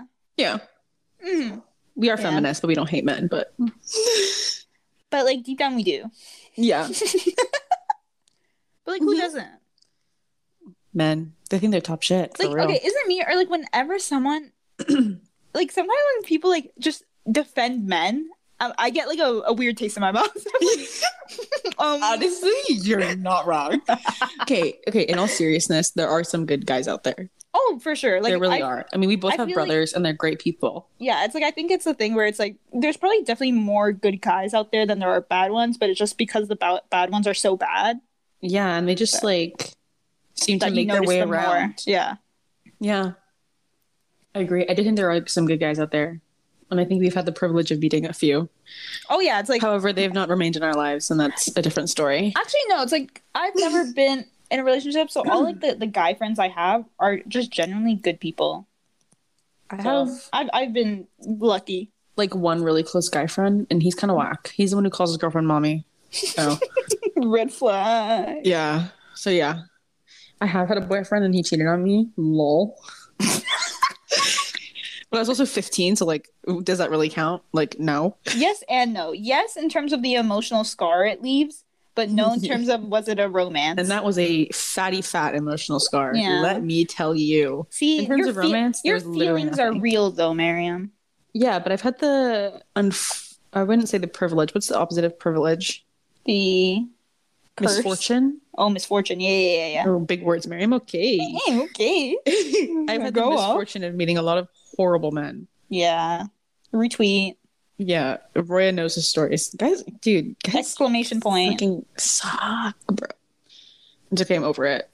S2: yeah. Mhm.
S3: We are
S2: Yeah.
S3: feminists, but we don't hate men, but
S2: But like deep down, we do.
S3: yeah.
S2: but like, who
S3: Mhm.
S2: doesn't?
S3: Men. They think they're top shit. For
S2: Like,
S3: real.
S2: okay, isn't me or like whenever someone, like sometimes when people like just defend men, um, I get like a, a weird taste in my mouth. um,
S3: Honestly, you're not wrong. okay, okay, in all seriousness, there are some good guys out there.
S2: oh, for sure. Like,
S3: there really
S2: I-
S3: are. I mean, we both
S2: I
S3: have
S2: feel like-
S3: brothers and they're great people.
S2: yeah, it's like I think it's a thing where it's like there's probably definitely more good guys out there than there are bad ones, but it's just because the ba- bad ones are so bad
S3: Yeah, and they just like seem
S2: that
S3: to
S2: you
S3: make their
S2: notice
S3: way
S2: them more.
S3: around.
S2: Yeah,
S3: Yeah. I agree. I do think there are some good guys out there. And I think we've had the privilege of meeting a few.
S2: Oh yeah, it's like
S3: However, they've not remained in our lives, and that's a different story.
S2: actually no, it's like I've never been in a relationship, so all like the, the guy friends I have are just genuinely good people.
S3: I
S2: So I've I've been lucky.
S3: like one really close guy friend, and he's kind of whack. He's the one who calls his girlfriend mommy. So,
S2: Red flag.
S3: yeah. So, yeah. I have had a boyfriend, and he cheated on me. Lol. but I was also 15, so, like, does that really count? Like, no.
S2: Yes and no. Yes, in terms of the emotional scar it leaves, but no in terms of was it a romance.
S3: And that was a fatty, fat emotional scar.
S2: Yeah.
S3: Let me tell you.
S2: See,
S3: in terms
S2: your
S3: of
S2: fe-
S3: romance,
S2: your
S3: there's literally
S2: feelings are
S3: nothing.
S2: real though, Miriam.
S3: Yeah, but I've had the unf- I wouldn't say the privilege. What's the opposite of privilege?
S2: The curse.
S3: Misfortune.
S2: Oh, misfortune. Yeah, yeah, yeah. yeah.
S3: Oh, big words, Mary. I'm okay.
S2: Hey, okay.
S3: I've had the
S2: Go off.
S3: misfortune of meeting a lot of horrible men.
S2: Yeah. Retweet.
S3: Yeah, Roya knows his stories, guys. Dude, guys,
S2: Exclamation point.
S3: fucking suck, bro. It's okay. I'm over it.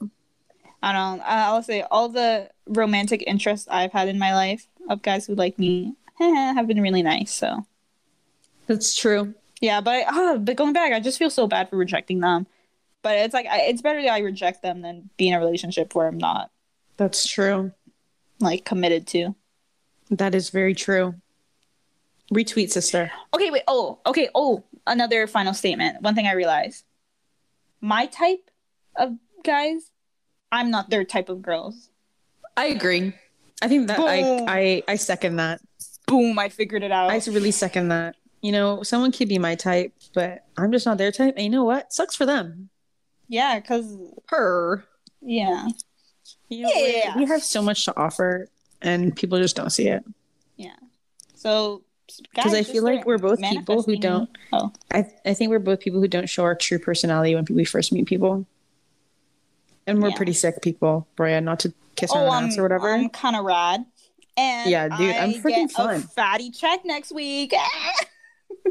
S2: I don't. I- I'll say all the romantic interests I've had in my life of guys who like me have been really nice. So
S3: That's true.
S2: yeah, but ah, but going back, I just feel so bad for rejecting them. But it's like I, it's better that I reject them than be in a relationship where I'm not
S3: That's true.
S2: like committed to.
S3: That is very true. Retweet, sister.
S2: Okay, wait. Oh, okay. Oh, another final statement. One thing I realized: my type of guys, I'm not their type of girls.
S3: I agree. I think that
S2: Boom.
S3: I, I I second that.
S2: Boom! I figured it out.
S3: I really second that. You know, someone could be my type, but I'm just not their type. And you know what? Sucks for them.
S2: yeah, cause
S3: Her.
S2: yeah,
S3: You know, we-
S2: Yeah.
S3: We have so much to offer, and people just don't see it.
S2: so
S3: Because I
S2: guys,
S3: feel
S2: just
S3: like we're both people who
S2: manifesting-
S3: don't.
S2: Oh.
S3: I I think we're both people who don't show our true personality when we first meet people. And we're
S2: Yeah. Oh,
S3: pretty sick people, Bria. Not to kiss our
S2: I'm,
S3: ass or whatever.
S2: I'm kind of rad. And
S3: Yeah, dude, I'm
S2: I
S3: freaking
S2: get
S3: fun.
S2: A fatty check next week. Ah!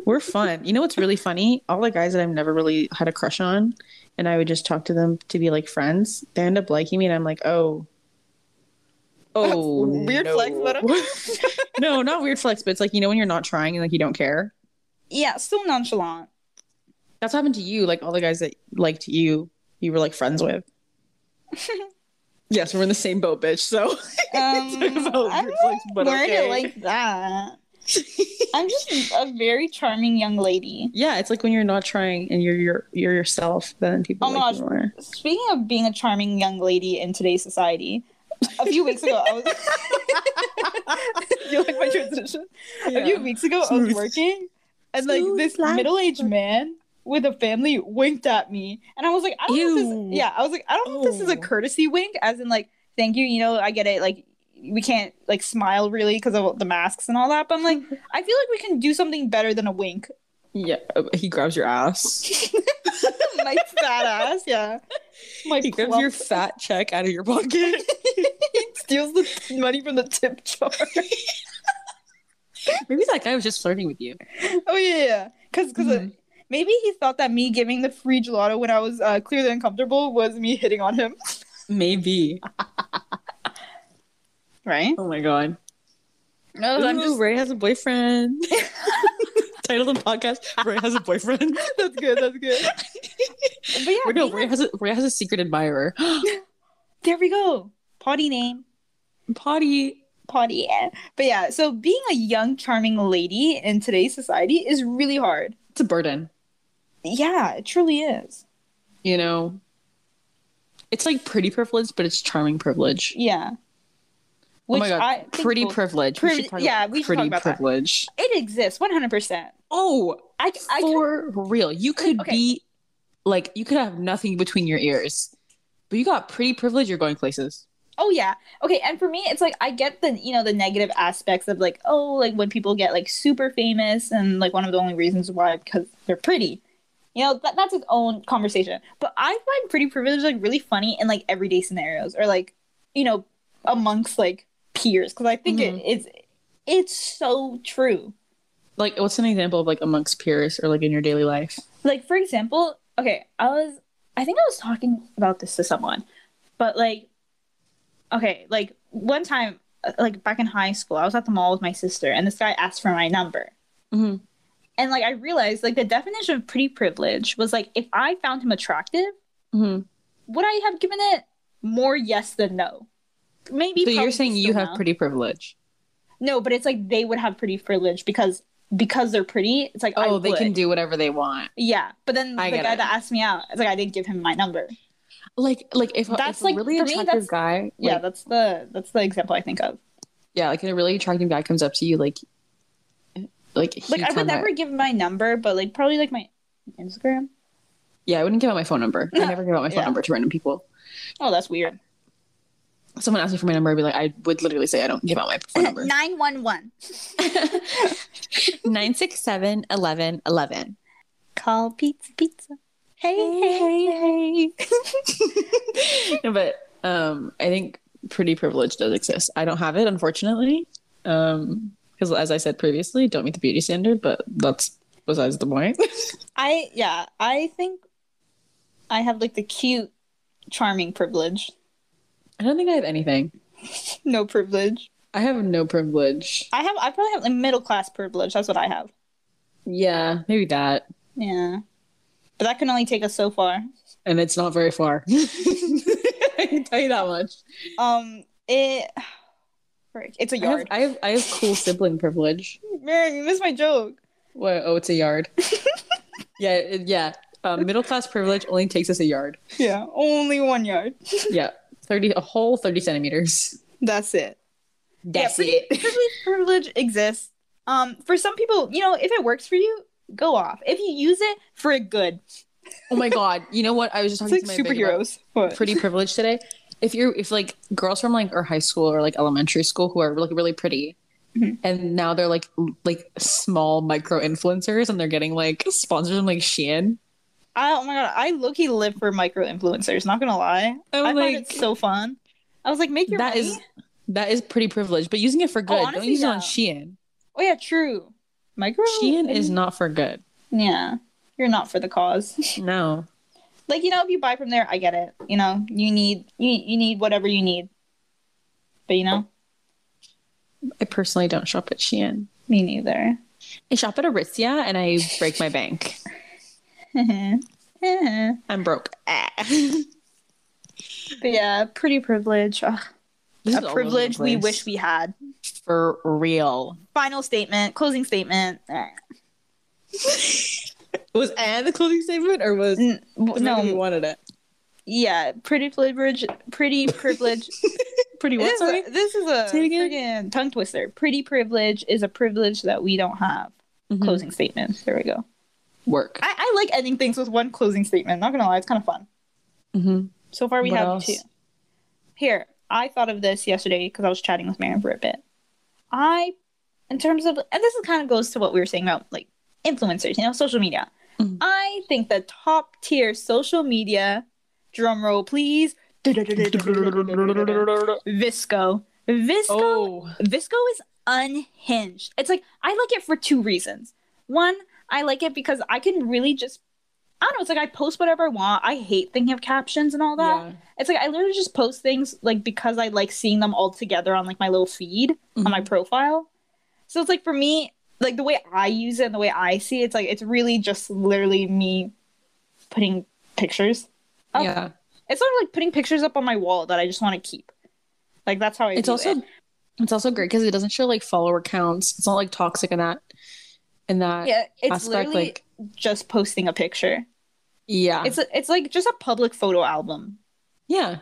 S3: We're fun. You know what's really funny? All the guys that I've never really had a crush on, and I would just talk to them to be like friends. They end up liking me, and I'm like, oh, oh,
S2: Weird
S3: no.
S2: flex, but-
S3: no, not weird flex, but it's like you know when you're not trying and like you don't care.
S2: yeah, so nonchalant.
S3: That's what happened to you. Like all the guys that liked you, you were like friends with. yes, we're in the same boat, bitch. So
S2: Um,
S3: Turns out
S2: I'm
S3: weird flex,
S2: not
S3: but
S2: wearing
S3: okay.
S2: it like that. I'm just a very charming young lady.
S3: yeah, it's like when you're not trying and you're you're, you're yourself, then people.
S2: Oh my
S3: like you
S2: gosh.
S3: more.
S2: Speaking of being a charming young lady in today's society, a few weeks ago, I was. you like my transition?
S3: Yeah.
S2: A few weeks ago, I was
S3: Smooth.
S2: working, and like
S3: Smooth
S2: this
S3: like
S2: middle-aged man with a family winked at me, and I was like, I don't know if
S3: Ew.
S2: this. Yeah, I was like, I don't know if this is a
S3: Oh.
S2: courtesy wink, as in like, thank you. You know, I get it. Like, we can't like smile really because of the masks and all that. But I'm like, I feel like we can do something better than a wink.
S3: Yeah, Oh, he grabs your ass.
S2: my fat ass, yeah. My
S3: He grabs
S2: plump-
S3: your fat check out of your pocket.
S2: steals the t- money from the tip jar.
S3: Maybe that guy was just flirting with you.
S2: oh yeah, yeah. Because because
S3: Mhm.
S2: maybe he thought that me giving the free gelato when I was uh, clearly uncomfortable was me hitting on him.
S3: Maybe.
S2: Right?
S3: Oh my god.
S2: No,
S3: Ooh, Ray has a boyfriend. Title of the podcast: Ray has a boyfriend.
S2: that's good. That's good. but yeah,
S3: Or no,
S2: being
S3: Ray
S2: a-
S3: has a Ray has a secret admirer.
S2: there we go. Potty name.
S3: Potty
S2: potty. eh. But yeah, so being a young, charming lady in today's society is really hard.
S3: It's a burden,
S2: Yeah, it truly is.
S3: you know. It's like pretty privilege, but it's charming privilege.
S2: Yeah.
S3: oh my god,
S2: think
S3: pretty
S2: will-
S3: privilege.
S2: Privi- yeah, we should talk
S3: pretty
S2: about that.
S3: privilege.
S2: It exists 100%.
S3: Oh,
S2: I, I could-
S3: for real, you could
S2: Okay.
S3: be like you could have nothing between your ears, but you got pretty privilege. You're going places.
S2: Oh yeah. Okay, and for me it's like I get the you know the negative aspects of like oh like when people get like super famous and like one of the only reasons why because they're pretty. You know, that, that's its own conversation. But I find pretty privilege like really funny in like everyday scenarios or like you know amongst like peers cuz I think it, it's it's so true.
S3: Like, what's an example of like amongst peers or like in your daily life?
S2: like for example okay i was i think i was talking about this to someone but like okay like one time uh, like back in high school i was at the mall with my sister and this guy asked for my number
S3: Mm-hmm.
S2: and like i realized like the definition of pretty privilege was like if i found him attractive
S3: Mm-hmm.
S2: would i have given it more yes than no maybe
S3: So
S2: probably
S3: you're saying you
S2: still
S3: have
S2: no.
S3: pretty privilege.
S2: no but it's like they would have pretty privilege because because they're pretty it's like
S3: Oh,
S2: I
S3: they can
S2: would.
S3: do whatever they want.
S2: yeah but then
S3: I
S2: the
S3: get
S2: guy
S3: it.
S2: that asked me out it's like i didn't give him my number
S3: Like, like if
S2: That's,
S3: if
S2: like,
S3: a really
S2: for me,
S3: attractive
S2: that's-
S3: guy. like-
S2: yeah that's the that's the example i think of
S3: yeah. Like, if a really attractive guy comes up to you, like, like he
S2: like i would
S3: kinda-
S2: never give my number but like probably like my instagram
S3: Yeah, I wouldn't give out my phone number. I
S2: No.
S3: never give out my phone
S2: Yeah.
S3: number to random people.
S2: oh that's weird
S3: Someone asked me for my number, I'd be like, I would literally say I don't give out my phone number.
S2: 911
S3: Nine six seven eleven eleven.
S2: call pizza pizza hey hey hey, hey.
S3: no, but um, I think pretty privilege does exist. I don't have it, unfortunately, because as I said previously, don't meet the beauty standard. But that's besides the point.
S2: i yeah i think i have like the cute charming privilege
S3: I don't think I have anything.
S2: no privilege
S3: I have no privilege.
S2: i have i probably have like middle class privilege that's what i have
S3: Yeah, maybe that,
S2: yeah but that can only take us so far
S3: and it's not very far. I can tell you that much.
S2: um it frick, it's a
S3: I have,
S2: yard
S3: I have I have cool sibling privilege.
S2: mary you missed my joke
S3: What? Oh, it's a yard. yeah, it- yeah. Um, middle class privilege only takes us a yard.
S2: yeah only one yard
S3: Yeah, thirty a whole thirty centimeters.
S2: That's it.
S3: That's
S2: pretty- Privilege, privilege exists. Um, for some people, you know, if it works for you, go off. If you use it for a good,
S3: Oh my god! You know what? I was just
S2: it's
S3: talking
S2: like
S3: to my big about
S2: superheroes. What?
S3: pretty privilege today. If you're if like girls from like our high school or like elementary school who are like really pretty,
S2: Mhm.
S3: and now they're like l- like small micro influencers and they're getting like sponsors from like Shein.
S2: I, oh my god, I low-key live for micro influencers. Not gonna lie,
S3: I'm
S2: I find
S3: like
S2: it so fun. I was like, make your
S3: that
S2: money.
S3: is that is pretty privilege, but using it for good. Don't
S2: honestly,
S3: use it
S2: yeah.
S3: on Shein.
S2: Oh yeah, true. Micro.
S3: Shein is not for good.
S2: Yeah, you're not for the cause.
S3: No.
S2: like you know, if you buy from there, I get it. You know, you need you you need whatever you need. But you know,
S3: I personally don't shop at Shein.
S2: me neither.
S3: I shop at Aritzia and I break my bank. Mm-hmm.
S2: but
S3: I'm broke. Ah. this
S2: yeah, pretty privilege. Ugh.
S3: is
S2: a
S3: all over
S2: privilege
S3: the
S2: we
S3: place.
S2: wish we had.
S3: for real.
S2: Final statement, closing statement. Eh.
S3: Was and the closing statement or was
S2: N- w-
S3: was that we
S2: No,
S3: wanted it?
S2: yeah, pretty privilege, pretty privilege.
S3: Pretty
S2: this,
S3: what?
S2: is a,
S3: Sorry?
S2: this is a
S3: Say it again.
S2: friggin' tongue twister. Pretty privilege is a privilege that we don't have.
S3: Mhm.
S2: Closing statement. There we go.
S3: Mm-hmm. work.
S2: I, I like ending things with one closing statement. Not gonna lie, it's kind of fun.
S3: Mhm.
S2: So far, we
S3: What
S2: have
S3: else?
S2: two. Here, I thought of this yesterday because I was chatting with Maren for a bit. I, in terms of, and this is kind of goes to what we were saying about like influencers, you know, social media.
S3: Mhm.
S2: I think the top tier social media, drum roll please, Visco. Visco
S3: Mm-hmm. Oh,
S2: Visco is unhinged. It's like I like it for two reasons. One, I like it because I can really just I don't know, it's like I post whatever I want. I hate thinking of captions and all that.
S3: yeah.
S2: It's like I literally just post things like because I like seeing them all together on like my little feed on
S3: Mm-hmm.
S2: my profile. So it's like for me, like the way I use it and the way I see it, it's like it's really just literally me putting pictures. up.
S3: yeah.
S2: It's sort of like putting pictures up on my wall that I just want to keep. Like that's how I
S3: It's
S2: view
S3: also
S2: it.
S3: It's also great because it doesn't show like follower counts. It's not like toxic in that in that
S2: Yeah, it's
S3: aspect.
S2: literally
S3: Like
S2: just posting a picture.
S3: yeah,
S2: It's it's like just a public photo album.
S3: yeah.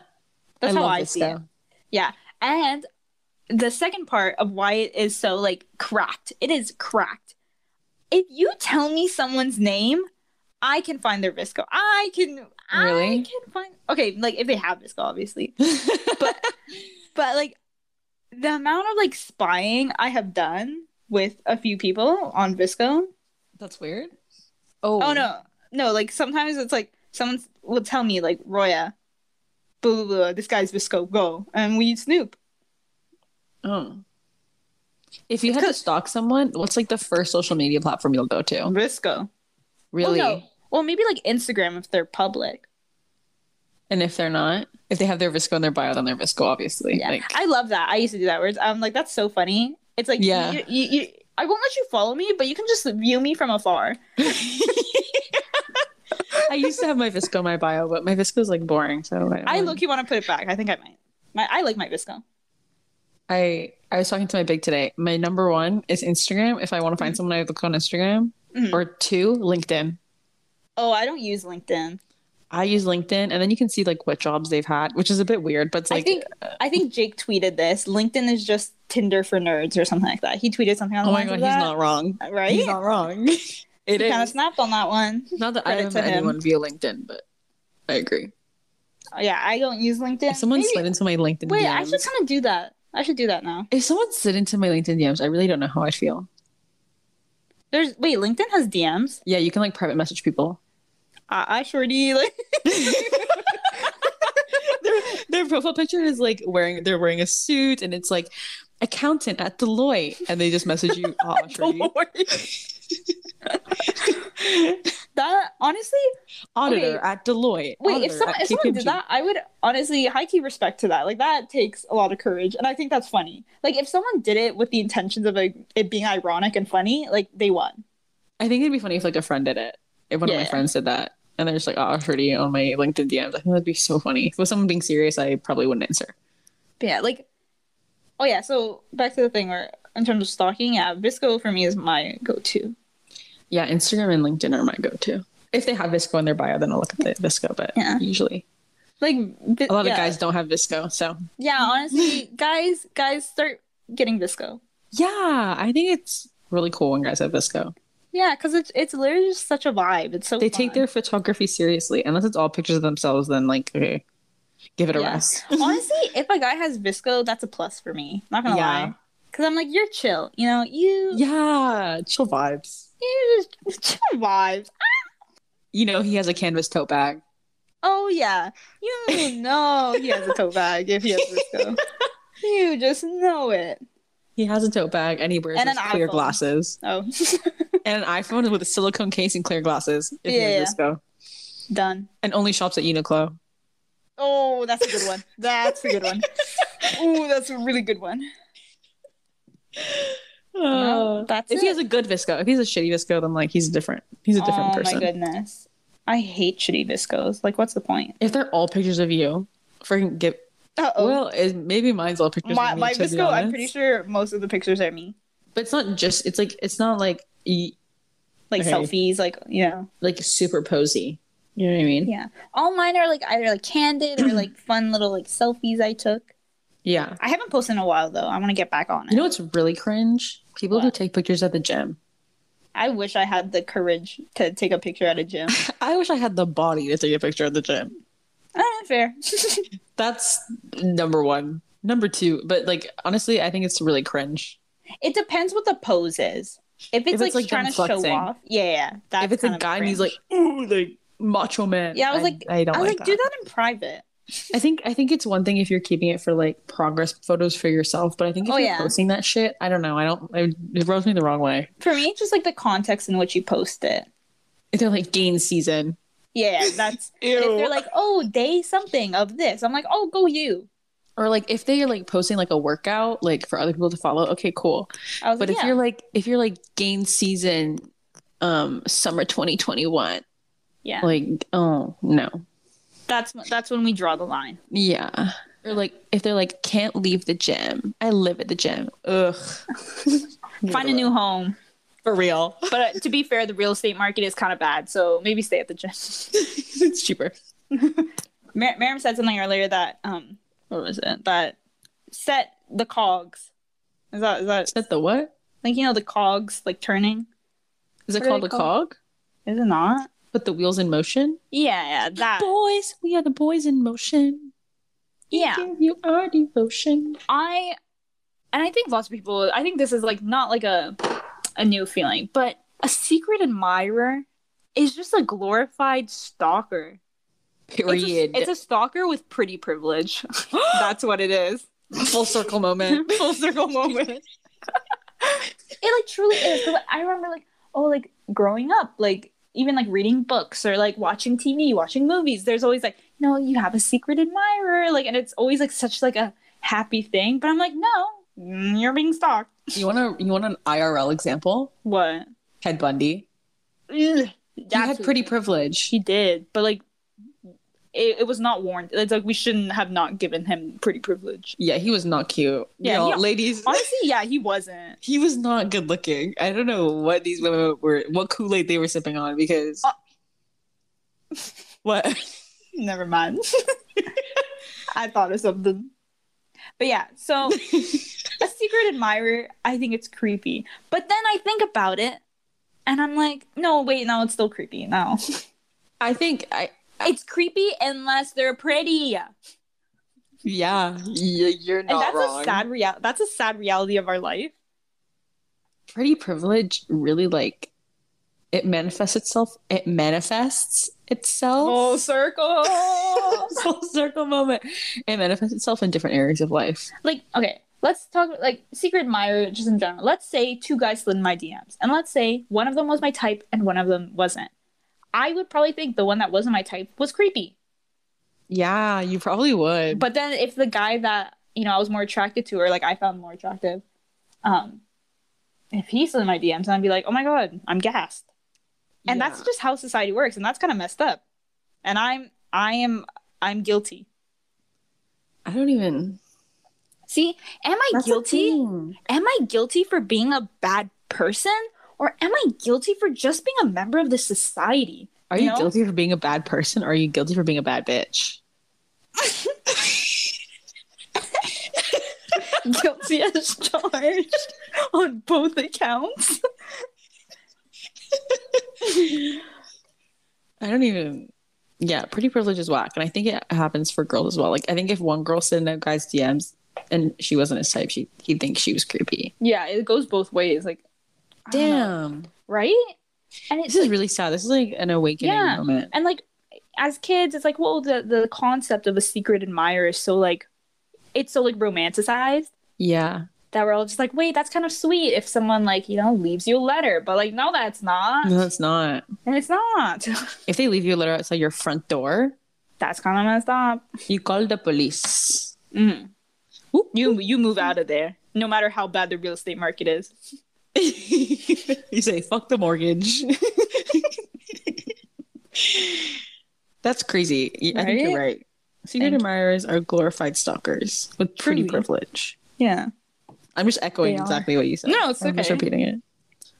S2: That's how
S3: love
S2: I
S3: this
S2: see it.
S3: though.
S2: And the second part of why it is so like cracked, it is cracked. If you tell me someone's name, I can find their Visco. I can I
S3: Really?
S2: can find okay, like if they have Visco, obviously.
S3: but
S2: But like the amount of like spying I have done with a few people on Visco.
S3: that's weird. Oh,
S2: Oh no, no. Like sometimes it's like someone will tell me like Roya, blah blah blah. This guy's Visco go, and we snoop.
S3: Oh. If you had to stalk someone, what's like the first social media platform you'll go to?
S2: Visco.
S3: Really?
S2: Well, no. Well, maybe like Instagram if they're public.
S3: And if they're not, if they have their Visco in their bio, then they're Visco, obviously.
S2: Yeah,
S3: Like,
S2: I love that. I used to do that. Where it's- I'm like, that's so funny. It's like
S3: Yeah.
S2: You, you, you, I won't let you follow me, but you can just view me from afar.
S3: I used to have my Visco in my bio, but my Visco is like boring. So I, don't
S2: I
S3: know.
S2: look. You want to put it back? I think I might. My I like my Visco.
S3: I I was talking to my big today. My number one is Instagram. If I want to
S2: Mm-hmm.
S3: find someone, I look on Instagram.
S2: Mhm.
S3: Or two, LinkedIn.
S2: Oh, I don't use LinkedIn.
S3: I use LinkedIn, and then you can see like what jobs they've had, which is a bit weird, but it's
S2: I
S3: like uh,
S2: think I think Jake tweeted this. LinkedIn is just Tinder for nerds or something like that. He tweeted something on
S3: oh my god, he's not wrong.
S2: right.
S3: He's not wrong. it
S2: kind of
S3: is
S2: snapped on that one.
S3: not that I
S2: credit
S3: have
S2: to him.
S3: anyone via LinkedIn, but I agree.
S2: Oh, Yeah, I don't use LinkedIn.
S3: If someone
S2: Maybe-
S3: slid into my LinkedIn
S2: wait, I
S3: DMs,
S2: should kind of do that. I should do that now.
S3: if someone slid into my LinkedIn DMs, I really don't know how I'd feel.
S2: There's wait, LinkedIn has DMs.
S3: Yeah, you can like private message people.
S2: I, I sure do. Like,
S3: their, their profile picture is like wearing they're wearing a suit and it's like accountant at Deloitte and they just message you oh,
S2: don't worry. that honestly, Okay.
S3: auditor at Deloitte.
S2: wait, if
S3: auditor
S2: someone
S3: at
S2: if someone did
S3: KPMG."
S2: that, I would honestly high key respect to that. Like that takes a lot of courage, and I think that's funny. Like if someone did it with the intentions of like, it being ironic and funny, like they won.
S3: I think it'd be funny if like a friend did it. If one of my
S2: Yeah.
S3: friends did that and they're just like, oh pretty on my LinkedIn DMs. I think that'd be so funny. If it was someone being serious, I probably wouldn't answer.
S2: But yeah, like, oh yeah. So back to the thing where in terms of stalking, yeah, Visco for me is my go-to.
S3: Yeah, Instagram and LinkedIn are my go to. If they have Visco in their bio, then I'll look at the Visco, but
S2: Yeah.
S3: usually.
S2: like vi-
S3: A lot
S2: yeah.
S3: of guys don't have Visco, so
S2: yeah honestly guys guys start getting visco
S3: yeah, I think it's really cool when guys have Visco.
S2: yeah because it's it's literally just such a vibe it's so
S3: they take
S2: fun.
S3: their photography seriously unless it's all pictures of themselves then like okay give it a
S2: Yeah.
S3: rest
S2: honestly if a guy has visco that's a plus for me not gonna
S3: Yeah.
S2: lie because i'm like you're chill you know you
S3: yeah chill vibes
S2: you just chill vibes
S3: you know he has a canvas tote bag
S2: oh yeah you know he has a tote bag if he has visco you just know it
S3: he has a tote bag and he wears
S2: And
S3: his
S2: an
S3: clear
S2: iPhone.
S3: glasses
S2: oh
S3: and an iphone with a silicone case and clear glasses if
S2: Yeah,
S3: he
S2: yeah.
S3: has Visco.
S2: done
S3: and only shops at uniqlo
S2: oh that's a good one that's a good one oh that's a really good one
S3: Uh,
S2: Oh, that's
S3: if he
S2: it.
S3: has a good visco if he has a shitty visco then like he's different he's a different
S2: oh
S3: person
S2: my goodness. I hate shitty viscos. Like, what's the point?
S3: if they're all pictures of you freaking give
S2: Uh
S3: well it, maybe mine's all pictures
S2: My,
S3: of me,
S2: my
S3: to be
S2: visco, I'm pretty
S3: honest.
S2: sure most of the pictures are me.
S3: but it's not just it's like it's not like y-
S2: Like
S3: Okay.
S2: selfies, like, you know.
S3: like super posy. You know what I mean?
S2: Yeah. All mine are like either like candid or like fun little like selfies I took.
S3: Yeah.
S2: I haven't posted in a while though. I want to get back on it.
S3: You know what's really cringe? People who
S2: What?
S3: take pictures at the gym.
S2: I wish I had the courage to take a picture at a gym.
S3: I wish I had the body to take a picture at the gym.
S2: ah, fair.
S3: That's number one. Number two, but like honestly, I think it's really cringe.
S2: it depends what the pose is. If it's,
S3: it's,
S2: like,
S3: like, them
S2: trying to
S3: flexing.
S2: show off, yeah, yeah. That's
S3: if it's a
S2: kind of
S3: guy and he's like,
S2: cringe.
S3: ooh, like macho man.
S2: Yeah, I was like-
S3: I, don't
S2: I was like,
S3: like,
S2: do
S3: that.
S2: that in private.
S3: I think I think it's one thing if you're keeping it for like progress photos for yourself, but I think if
S2: Oh,
S3: you're
S2: yeah.
S3: posting that shit, I don't know. I don't. It, it rubs me the wrong way.
S2: For me, it's just like the context in which you post it.
S3: If they're like gain season,
S2: Yeah, that's
S3: Ew.
S2: if they're like, oh, day something of this. I'm like, oh, go you.
S3: or like if they're like posting like a workout like for other people to follow okay cool
S2: I was like,
S3: but if
S2: Oh, yeah.
S3: you're like if you're like gain season um summer 2021
S2: yeah,
S3: like oh no
S2: that's that's when we draw the line.
S3: yeah Or like if they're like can't leave the gym. I live at the gym. Ugh.
S1: Find a new home.
S3: for real.
S2: But uh, to be fair, the real estate market is kind of bad, so maybe stay at the gym.
S3: it's cheaper.
S1: Mer- Miriam said something earlier that um, what was it? That set the cogs. Is that is that
S3: Set the what?
S1: like you know the cogs like turning?
S3: Is it
S1: What are
S3: called
S1: they
S3: a cog?
S1: Is it not?
S3: Put the wheels in motion.
S1: Yeah, yeah, that.
S3: Boys, we are the boys in motion. We
S2: Yeah.
S3: give you our devotion.
S2: I and I think lots of people I think this is like not like a a new feeling, but a secret admirer is just a glorified stalker. It's a-
S3: Period.
S2: It's a, stalker with pretty privilege. That's what it is.
S3: full circle moment.
S2: Full circle moment. it like truly is. 'cause, like, I remember like oh like growing up like even like reading books or like watching TV, watching movies. There's always like you know you have a secret admirer like and it's always like such like a happy thing. But I'm like no, mm, you're being stalked.
S3: You want to? You want an IRL example?
S2: What?
S3: Ted Bundy.
S2: You
S3: You had pretty privilege.
S2: He did, but like, it, it was not warranted. It's like we shouldn't have not given him pretty privilege.
S3: yeah, he was not cute.
S2: Yeah,
S3: Y'all,
S2: yeah.
S3: ladies.
S2: Honestly, yeah, he wasn't.
S3: He was not good looking. I don't know what these women were, what Kool Aid they were sipping on because.
S2: Uh.
S3: Uh, what?
S1: Never mind. I thought of something. But yeah, so a secret admirer, I think it's creepy. But then I think about it and I'm like, no, wait, no, it's still creepy. No.
S3: I think I.
S2: It's creepy unless they're pretty.
S3: Yeah, y- you're
S1: And
S3: not
S1: that's
S3: wrong.
S1: a sad real that's a sad reality of our life.
S3: Pretty privilege really like it manifests itself. It manifests itself.
S2: Full circle.
S3: Full circle moment. It manifests itself in different areas of life.
S2: like, okay, let's talk like secret admirer just in general. Let's say two guys slid in my DMs, and let's say one of them was my type and one of them wasn't. I would probably think the one that wasn't my type was creepy.
S3: Yeah, you probably would.
S2: but then if the guy that you know I was more attracted to or like I found more attractive, um, if he's in my DMs, I'd be like, oh my god, I'm gassed, and that's
S3: Yeah.
S2: just how society works, and that's kind of messed up, and I'm I am I'm guilty.
S3: I don't even.
S2: See, am I
S3: That's the
S2: guilty?
S3: thing.
S2: Am I guilty for being a bad person, or am I guilty for just being a member of the society?
S3: Are
S2: You
S3: you
S2: know?
S3: guilty for being a bad person? Or are you guilty for being a bad bitch?
S1: Guilty as charged on both accounts.
S3: I don't even. Yeah, pretty privilege is whack, and I think it happens for girls as well. Like, I think if one girl sent a guy's DMs and she wasn't his type, she he'd think she was creepy.
S2: Yeah, it goes both ways. Like, I don't know,
S3: Damn,
S2: right? And it's
S3: this is really sad. This is like an awakening
S2: Yeah.
S3: moment.
S2: and like as kids it's like well the the concept of a secret admirer is so like it's so like romanticized
S3: Yeah,
S2: that we're all just like wait that's kind of sweet if someone like you know leaves you a letter but like no that's not
S3: no, it's not.
S2: and it's not
S3: If they leave you a letter outside your front door,
S2: that's kind of messed up
S3: you call the police.
S2: mm.
S3: Whoop,
S2: you you move out of there no matter how bad the real estate market is
S3: you say fuck the mortgage. That's crazy. Y- I think you're right. Secret
S2: Thank you.
S3: admirers are glorified stalkers with pretty
S2: Truly.
S3: privilege.
S1: Yeah.
S3: I'm just echoing
S2: They are.
S3: exactly what you said.
S2: No, it's
S3: I'm just
S2: okay.
S3: repeating it.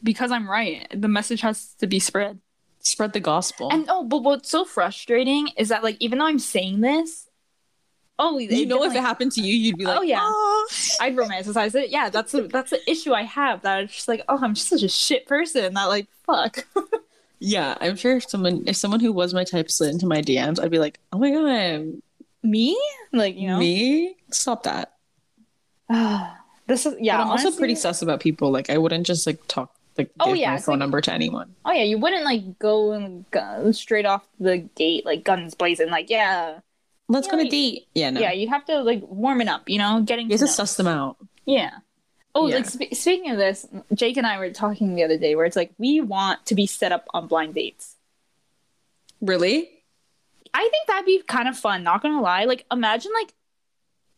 S2: because i'm right the message has to be spread
S3: Spread the gospel.
S2: and oh but what's so frustrating is that like even though i'm saying this oh
S3: you know, if
S2: happened.
S3: it happened to you, you'd be like,
S2: Oh, yeah.
S3: "Oh."
S2: I'd romanticize it. Yeah, that's the that's the issue I have. That I'm just like, oh, I'm just such a shit person. That like, fuck.
S3: yeah. I'm sure if someone, if someone who was my type slid into my DMs, I'd be like, oh my god,
S1: Me? Like, you know.
S3: me? Stop that.
S1: this is
S3: Yeah,
S1: yeah.
S3: but I'm also
S1: honestly-
S3: pretty sus about people. Like, I wouldn't just like talk, like,
S2: Oh,
S3: give
S2: yeah,
S3: my
S2: it's
S3: phone
S2: like-
S3: number to anyone.
S2: Oh yeah, you wouldn't like go and go straight off the gate like guns blazing. Like yeah,
S3: Let's
S2: Yeah,
S3: go on a
S2: like-
S3: date. Yeah, no.
S2: yeah, you'd have to like warm it up. You know, getting
S3: You have
S2: to
S3: to
S2: know.
S3: suss them out.
S2: Yeah. Oh,
S3: Yeah.
S2: like spe- speaking of this, Jake and I were talking the other day where it's like we want to be set up on blind dates.
S3: Really?
S2: I think that'd be kind of fun, not gonna lie. Like imagine like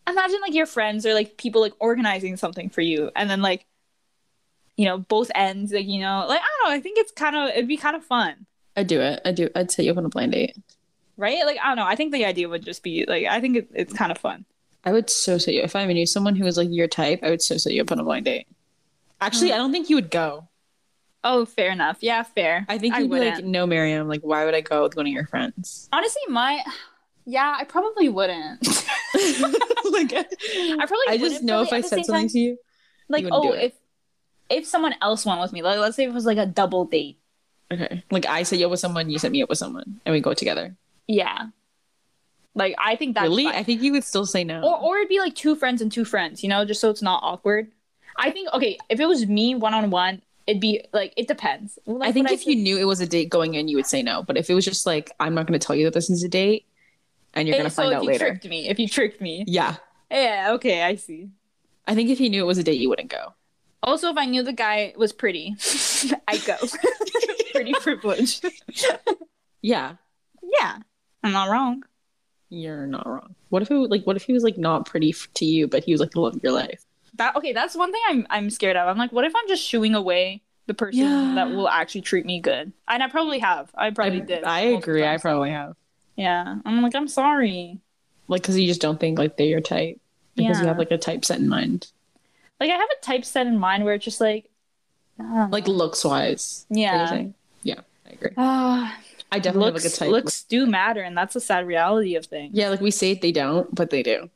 S2: imagine like your friends or like people like organizing something for you and then like you know, both ends, like you know, like I don't know, I think it's kind of it'd be kind of fun,
S3: I do it. I do. I'd set you up on a blind date.
S2: right? Like I don't know, I think the idea would just be like I think it, it's kind of fun.
S3: I would so set you if I knew someone who was like your type. I would so set you up on a blind date.
S2: Hmm.
S3: Actually, I don't think you would go.
S2: Oh, fair enough. Yeah, fair.
S3: I think you'd be
S2: wouldn't.
S3: like, no, Miriam. Like, why would I go with one of your friends?
S2: Honestly, my yeah, I probably wouldn't.
S3: like, I,
S2: I probably.
S3: just
S2: wouldn't,
S3: know
S2: but
S3: if I
S2: at the
S3: said
S2: same
S3: something
S2: time,
S3: to you,
S2: like,
S3: wouldn't do
S2: oh,
S3: it.
S2: if if someone else went with me, like, let's say it was like a double date.
S3: okay. Like, I set you up with someone, you set me up with someone, and we go together.
S2: Yeah, like I think that's
S3: really?
S2: fine.
S3: I think you would still say no.
S2: or or it'd be like two friends and two friends, you know, just so it's not awkward. I think okay, if it was me one on one, it'd be like it depends. Like,
S3: I think
S2: when
S3: if
S2: said-
S3: you knew it was a date going in, you would say no. But if it was just like, I'm not going to tell you that this is a date, and you're
S2: Eh,
S3: going to
S2: so
S3: find
S2: if
S3: out
S2: you
S3: later.
S2: tricked me, if you tricked me,
S3: Yeah.
S2: yeah, okay, I see.
S3: I think if you knew it was a date, you wouldn't go.
S2: Also, if I knew the guy was pretty, I'd go. pretty privilege.
S3: Yeah.
S2: Yeah, I'm not wrong.
S3: You're not wrong. What if it was, like what if he was like not pretty f- to you, but he was like the love of your life?
S2: That okay? That's one thing I'm I'm scared of. I'm like, what if I'm just shooing away the person
S3: Yeah.
S2: that will actually treat me good? And I probably have. I probably
S3: I,
S2: did.
S3: I
S2: multiple
S3: agree. I
S2: times.
S3: probably have.
S2: yeah. I'm like, I'm sorry.
S3: Like because you just don't think like they're your type because you
S2: Yeah.
S3: have like a type set in mind,
S2: Like I have a type set in mind where it's just like, uh,
S3: like looks wise.
S2: yeah.
S3: Yeah, I agree.
S2: Uh,
S3: I definitely
S2: looks
S3: have like a type.
S2: looks do matter, and that's a sad reality of things.
S3: Yeah, like we say they don't, but they do.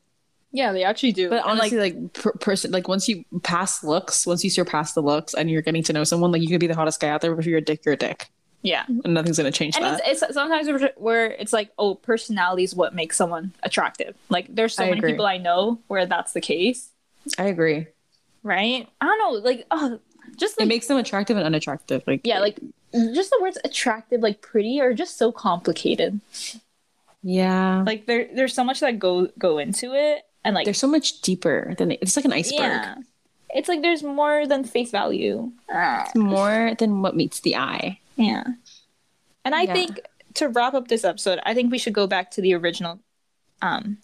S2: Yeah, they actually do.
S3: But
S2: And,
S3: honestly, like, per- person, like once you pass looks, once you surpass the looks, and you're getting to know someone, like you could be the hottest guy out there, but if you're a dick, you're a dick,
S2: yeah,
S3: and nothing's gonna change
S2: and
S3: that.
S2: it's, it's sometimes we're- where it's like, oh, personality is what makes someone attractive. Like there's so
S3: I
S2: many
S3: agree.
S2: people I know where that's the case,
S3: I agree.
S2: right? I don't know, like oh, just
S3: It
S2: like
S3: makes them attractive and unattractive. Like
S2: yeah, like just the words attractive, like pretty, are just so complicated.
S3: yeah.
S2: Like there, there's so much that go go into it, and like
S3: They're so much deeper than it's like an iceberg.
S2: yeah, it's like there's more than face value. Ah.
S3: More than what meets the eye.
S2: Yeah. And I
S3: Yeah.
S2: think to wrap up this episode, I think we should go back to the original um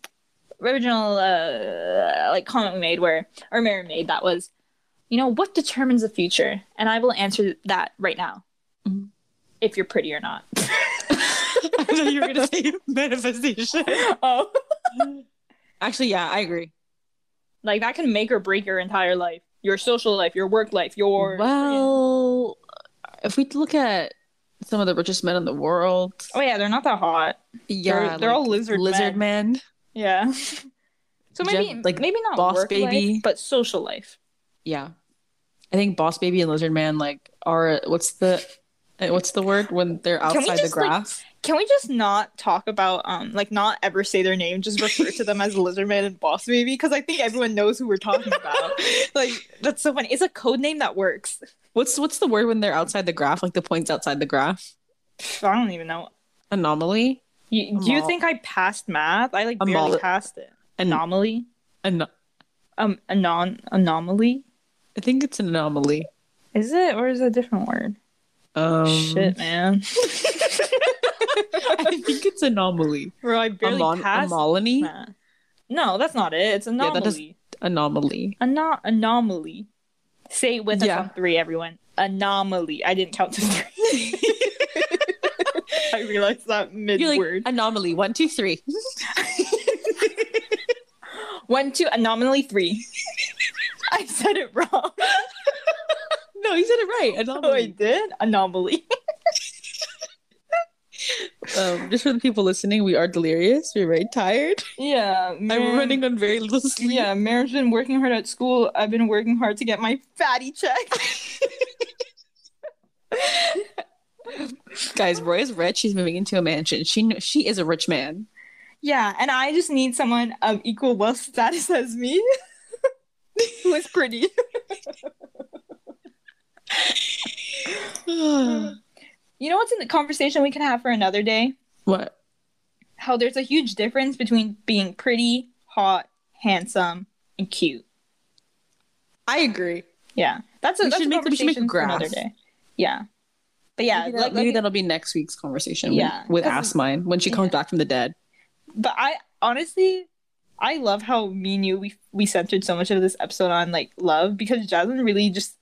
S2: original uh like comment we made where or Mary made that was, you know, what determines the future? And I will answer that right now.
S3: Mhm.
S2: If you're pretty or not.
S3: I thought you were gonna say manifestation.
S2: oh.
S3: Actually, yeah, I agree.
S2: Like that can make or break your entire life. Your social life, your work life, your
S3: well, if we look at some of the richest men in the world,
S2: Oh yeah, they're not that hot.
S3: yeah,
S2: they're, they're all lizard
S3: lizard
S2: men.
S3: men.
S2: Yeah. so maybe
S3: Jeff-
S2: like
S3: like,
S2: maybe not
S3: Boss
S2: work
S3: Baby.
S2: life, but social life.
S3: Yeah, I think Boss Baby and Lizard Man like are what's the eh, what's the word when they're
S2: Can we
S3: outside the
S2: just, like,
S3: graph?
S2: Can we just not talk about um like not ever say their name, just refer to them as Lizardman and Boss Baby? Because I think everyone knows who we're talking about. like that's so funny. It's a code name that works.
S3: what's what's the word when they're outside the graph? Like the points outside the graph?
S2: Pff, I don't even know.
S3: Anomaly.
S2: You, do you
S3: Amal-
S2: think I passed math? I like barely
S3: Amal-
S2: passed it.
S3: An-
S2: Anomaly.
S3: an-
S2: Um, anon anomaly.
S3: I think it's an anomaly.
S2: Is it or is it a different word?
S3: Um,
S2: Shit, man.
S3: I think it's anomaly.
S2: Bro, I barely
S3: Amon-
S2: passed.
S3: anomaly.
S2: math. No, that's not it. It's anomaly.
S3: that does- Anomaly.
S2: ano- anomaly. Say it with
S3: Yeah.
S2: us on three, everyone. Anomaly. I didn't count to three. I realized that mid
S3: You're like
S2: word.
S3: anomaly. One, two, three.
S2: One, two, anomaly three. I said it wrong.
S3: No, you said it right.
S2: Oh, I
S3: Anomaly.
S2: did? Anomaly.
S3: um, just for the people listening, we are delirious. We're very tired.
S2: Yeah.
S3: I'm running on very little sleep.
S2: Yeah, Mary's been working hard at school. I've been working hard to get my fatty check.
S3: Guys, Roy is rich. She's moving into a mansion. She kn- she is a rich man.
S2: yeah, and I just need someone of equal wealth status as me who is pretty.
S3: what?
S2: You know what's in the conversation we can have for another day? How there's a huge difference between being pretty, hot, handsome, and cute.
S3: I agree.
S2: Yeah, that's a
S3: We
S2: that's
S3: should
S2: a
S3: make- we should make a
S2: conversation for another
S3: graph.
S2: day. Yeah, but yeah,
S3: maybe, that,
S2: like,
S3: maybe
S2: like-
S3: that'll be next week's conversation.
S2: Yeah,
S3: with, with
S2: 'cause-
S3: Ask Mine when she comes
S2: yeah.
S3: back from the dead.
S2: But I honestly, I love how me and you we we centered so much of this episode on like love because Jasmine really just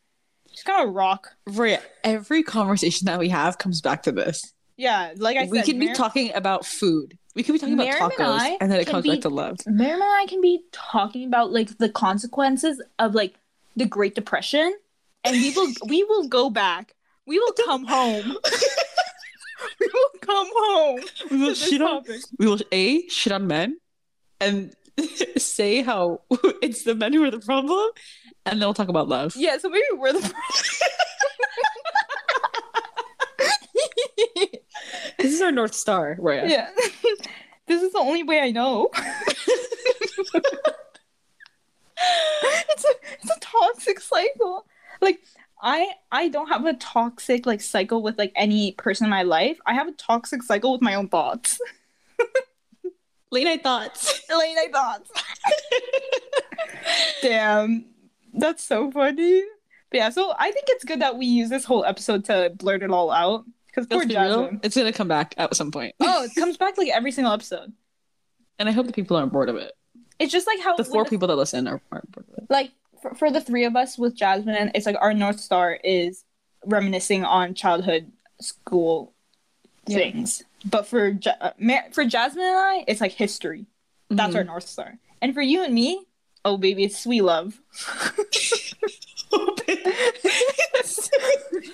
S2: just kind of rock.
S3: Right. Every conversation that we have comes back to this.
S2: Yeah, like I
S3: we
S2: said,
S3: could be
S2: Mar-
S3: talking about food We could be talking about
S2: Miriam and
S3: tacos,
S2: I
S3: and, then it
S2: can
S3: comes
S2: be-
S3: back to love.
S2: Miriam and I can be talking about like the consequences of like the Great Depression, and we will we will go back. We will come home. we will come home.
S3: We
S2: to
S3: will
S2: this
S3: shit on.
S2: topic.
S3: We will a shit on men, and say how it's the men who are the problem, and then we'll talk about love.
S2: Yeah, so maybe we're the
S3: This is our north star. We're at.
S1: Yeah.
S2: this is the only way I know.
S1: it's a it's a toxic cycle.
S2: Like I I don't have a toxic like cycle with like any person in my life. I have a toxic cycle with my own thoughts.
S3: Late night thoughts.
S1: Late night thoughts.
S2: Damn. That's so funny. But yeah, so I think it's good that we use this whole episode to blurt it all out. Because poor
S3: Let's be real.
S2: Jasmine.
S3: It's gonna come back at some point,
S2: Oh, it comes back like every single episode.
S3: and I hope the people aren't bored of it.
S2: It's just like how
S3: The four
S2: when-
S3: people that listen are, aren't bored of it.
S2: like for, for the three of us with Jasmine, and it's like our North Star is reminiscing on childhood school
S3: Yeah.
S2: things. But for Ja- uh, Mar- for Jasmine and I, it's like history. That's
S3: Mm-hmm.
S2: our North Star. And for you and me, oh baby, it's sweet love.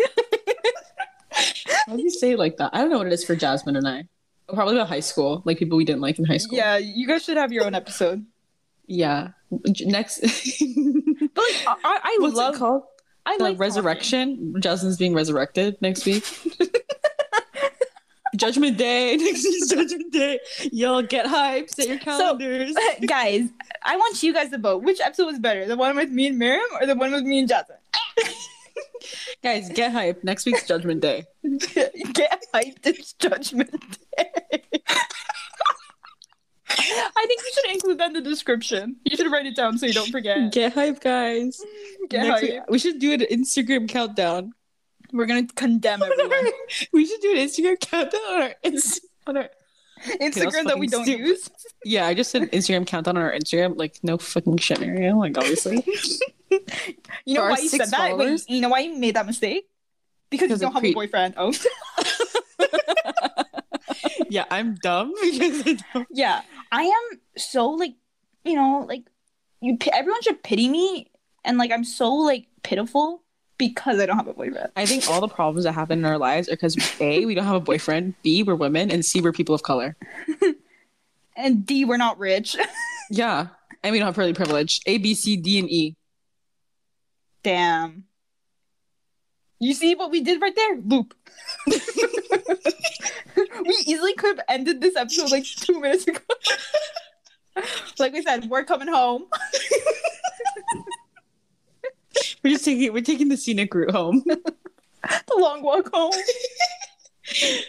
S3: How do you say it like that? I don't know what it is for Jasmine and I. Probably about high school, like people we didn't like in high school.
S2: Yeah, you guys should have your own episode.
S3: Yeah. J- Next.
S2: But like, I, I- I
S3: What's
S2: love.
S3: it called?
S2: I
S3: The
S2: like
S3: resurrection. Jasmine's being resurrected next week. Judgment Day. Next week's Judgment Day. Y'all get hyped. Set your calendars.
S2: talking. guys, I want you guys to vote. Which episode was better, the one with me and Miriam, or the one with me and Jasmine?
S3: Guys, get hyped. Next week's Judgment Day.
S2: Get hyped, it's Judgment Day. I think we should include that in the description. You should write it down so you don't forget.
S3: Get hyped, guys.
S2: Get
S3: Next
S2: hyped.
S3: week- we should do an Instagram countdown.
S2: We're gonna condemn everyone.
S3: We should do an Instagram countdown on our, Inst- on our
S2: Instagram that we don't
S3: fucking stupid.
S2: use.
S3: Yeah, I just did an Instagram countdown on our Instagram. Like, no fucking shit, Mario. Like, obviously.
S2: You know
S3: For our
S2: why you
S3: six
S2: said that? Wait,
S3: followers?
S2: you know why you made that mistake? Because you
S3: Because
S2: don't have
S3: of pre-
S2: a boyfriend. Oh,
S3: yeah, I'm dumb because I don't-
S2: yeah. I am so like, you know, like you. pi- Everyone should pity me, and like I'm so like pitiful because I don't have a boyfriend.
S3: I think all the problems that happen in our lives are because A, we don't have a boyfriend, B, we're women, and C, we're people of color.
S2: And D, we're not rich.
S3: Yeah. And we don't have really privilege. A, B, C, D, and E.
S2: Damn. You see what we did right there? Loop. we easily could have ended this episode like two minutes ago. like we said, we're coming home.
S3: We're just taking we're taking the scenic route home.
S2: The long walk home.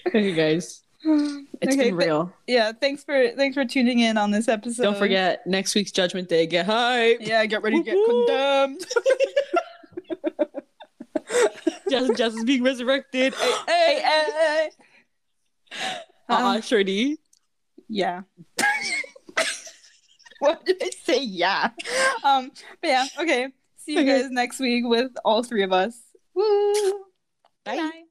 S3: okay, guys. It's
S2: Okay,
S3: been
S2: th-
S3: real.
S2: Yeah, thanks for thanks for tuning in on this episode.
S3: don't forget, next week's judgment day. Get hype.
S2: Yeah, get ready to get
S3: Woo-hoo.
S2: condemned.
S3: Jazz, Jazz is being resurrected. Hey,
S2: Hey, hey.
S3: uh-uh,
S2: Um,
S3: Shorty.
S2: Yeah. what did I say? Yeah. Um, but yeah, okay. See you
S3: Okay.
S2: guys next week with all three of us. Woo!
S3: Bye.
S2: Bye.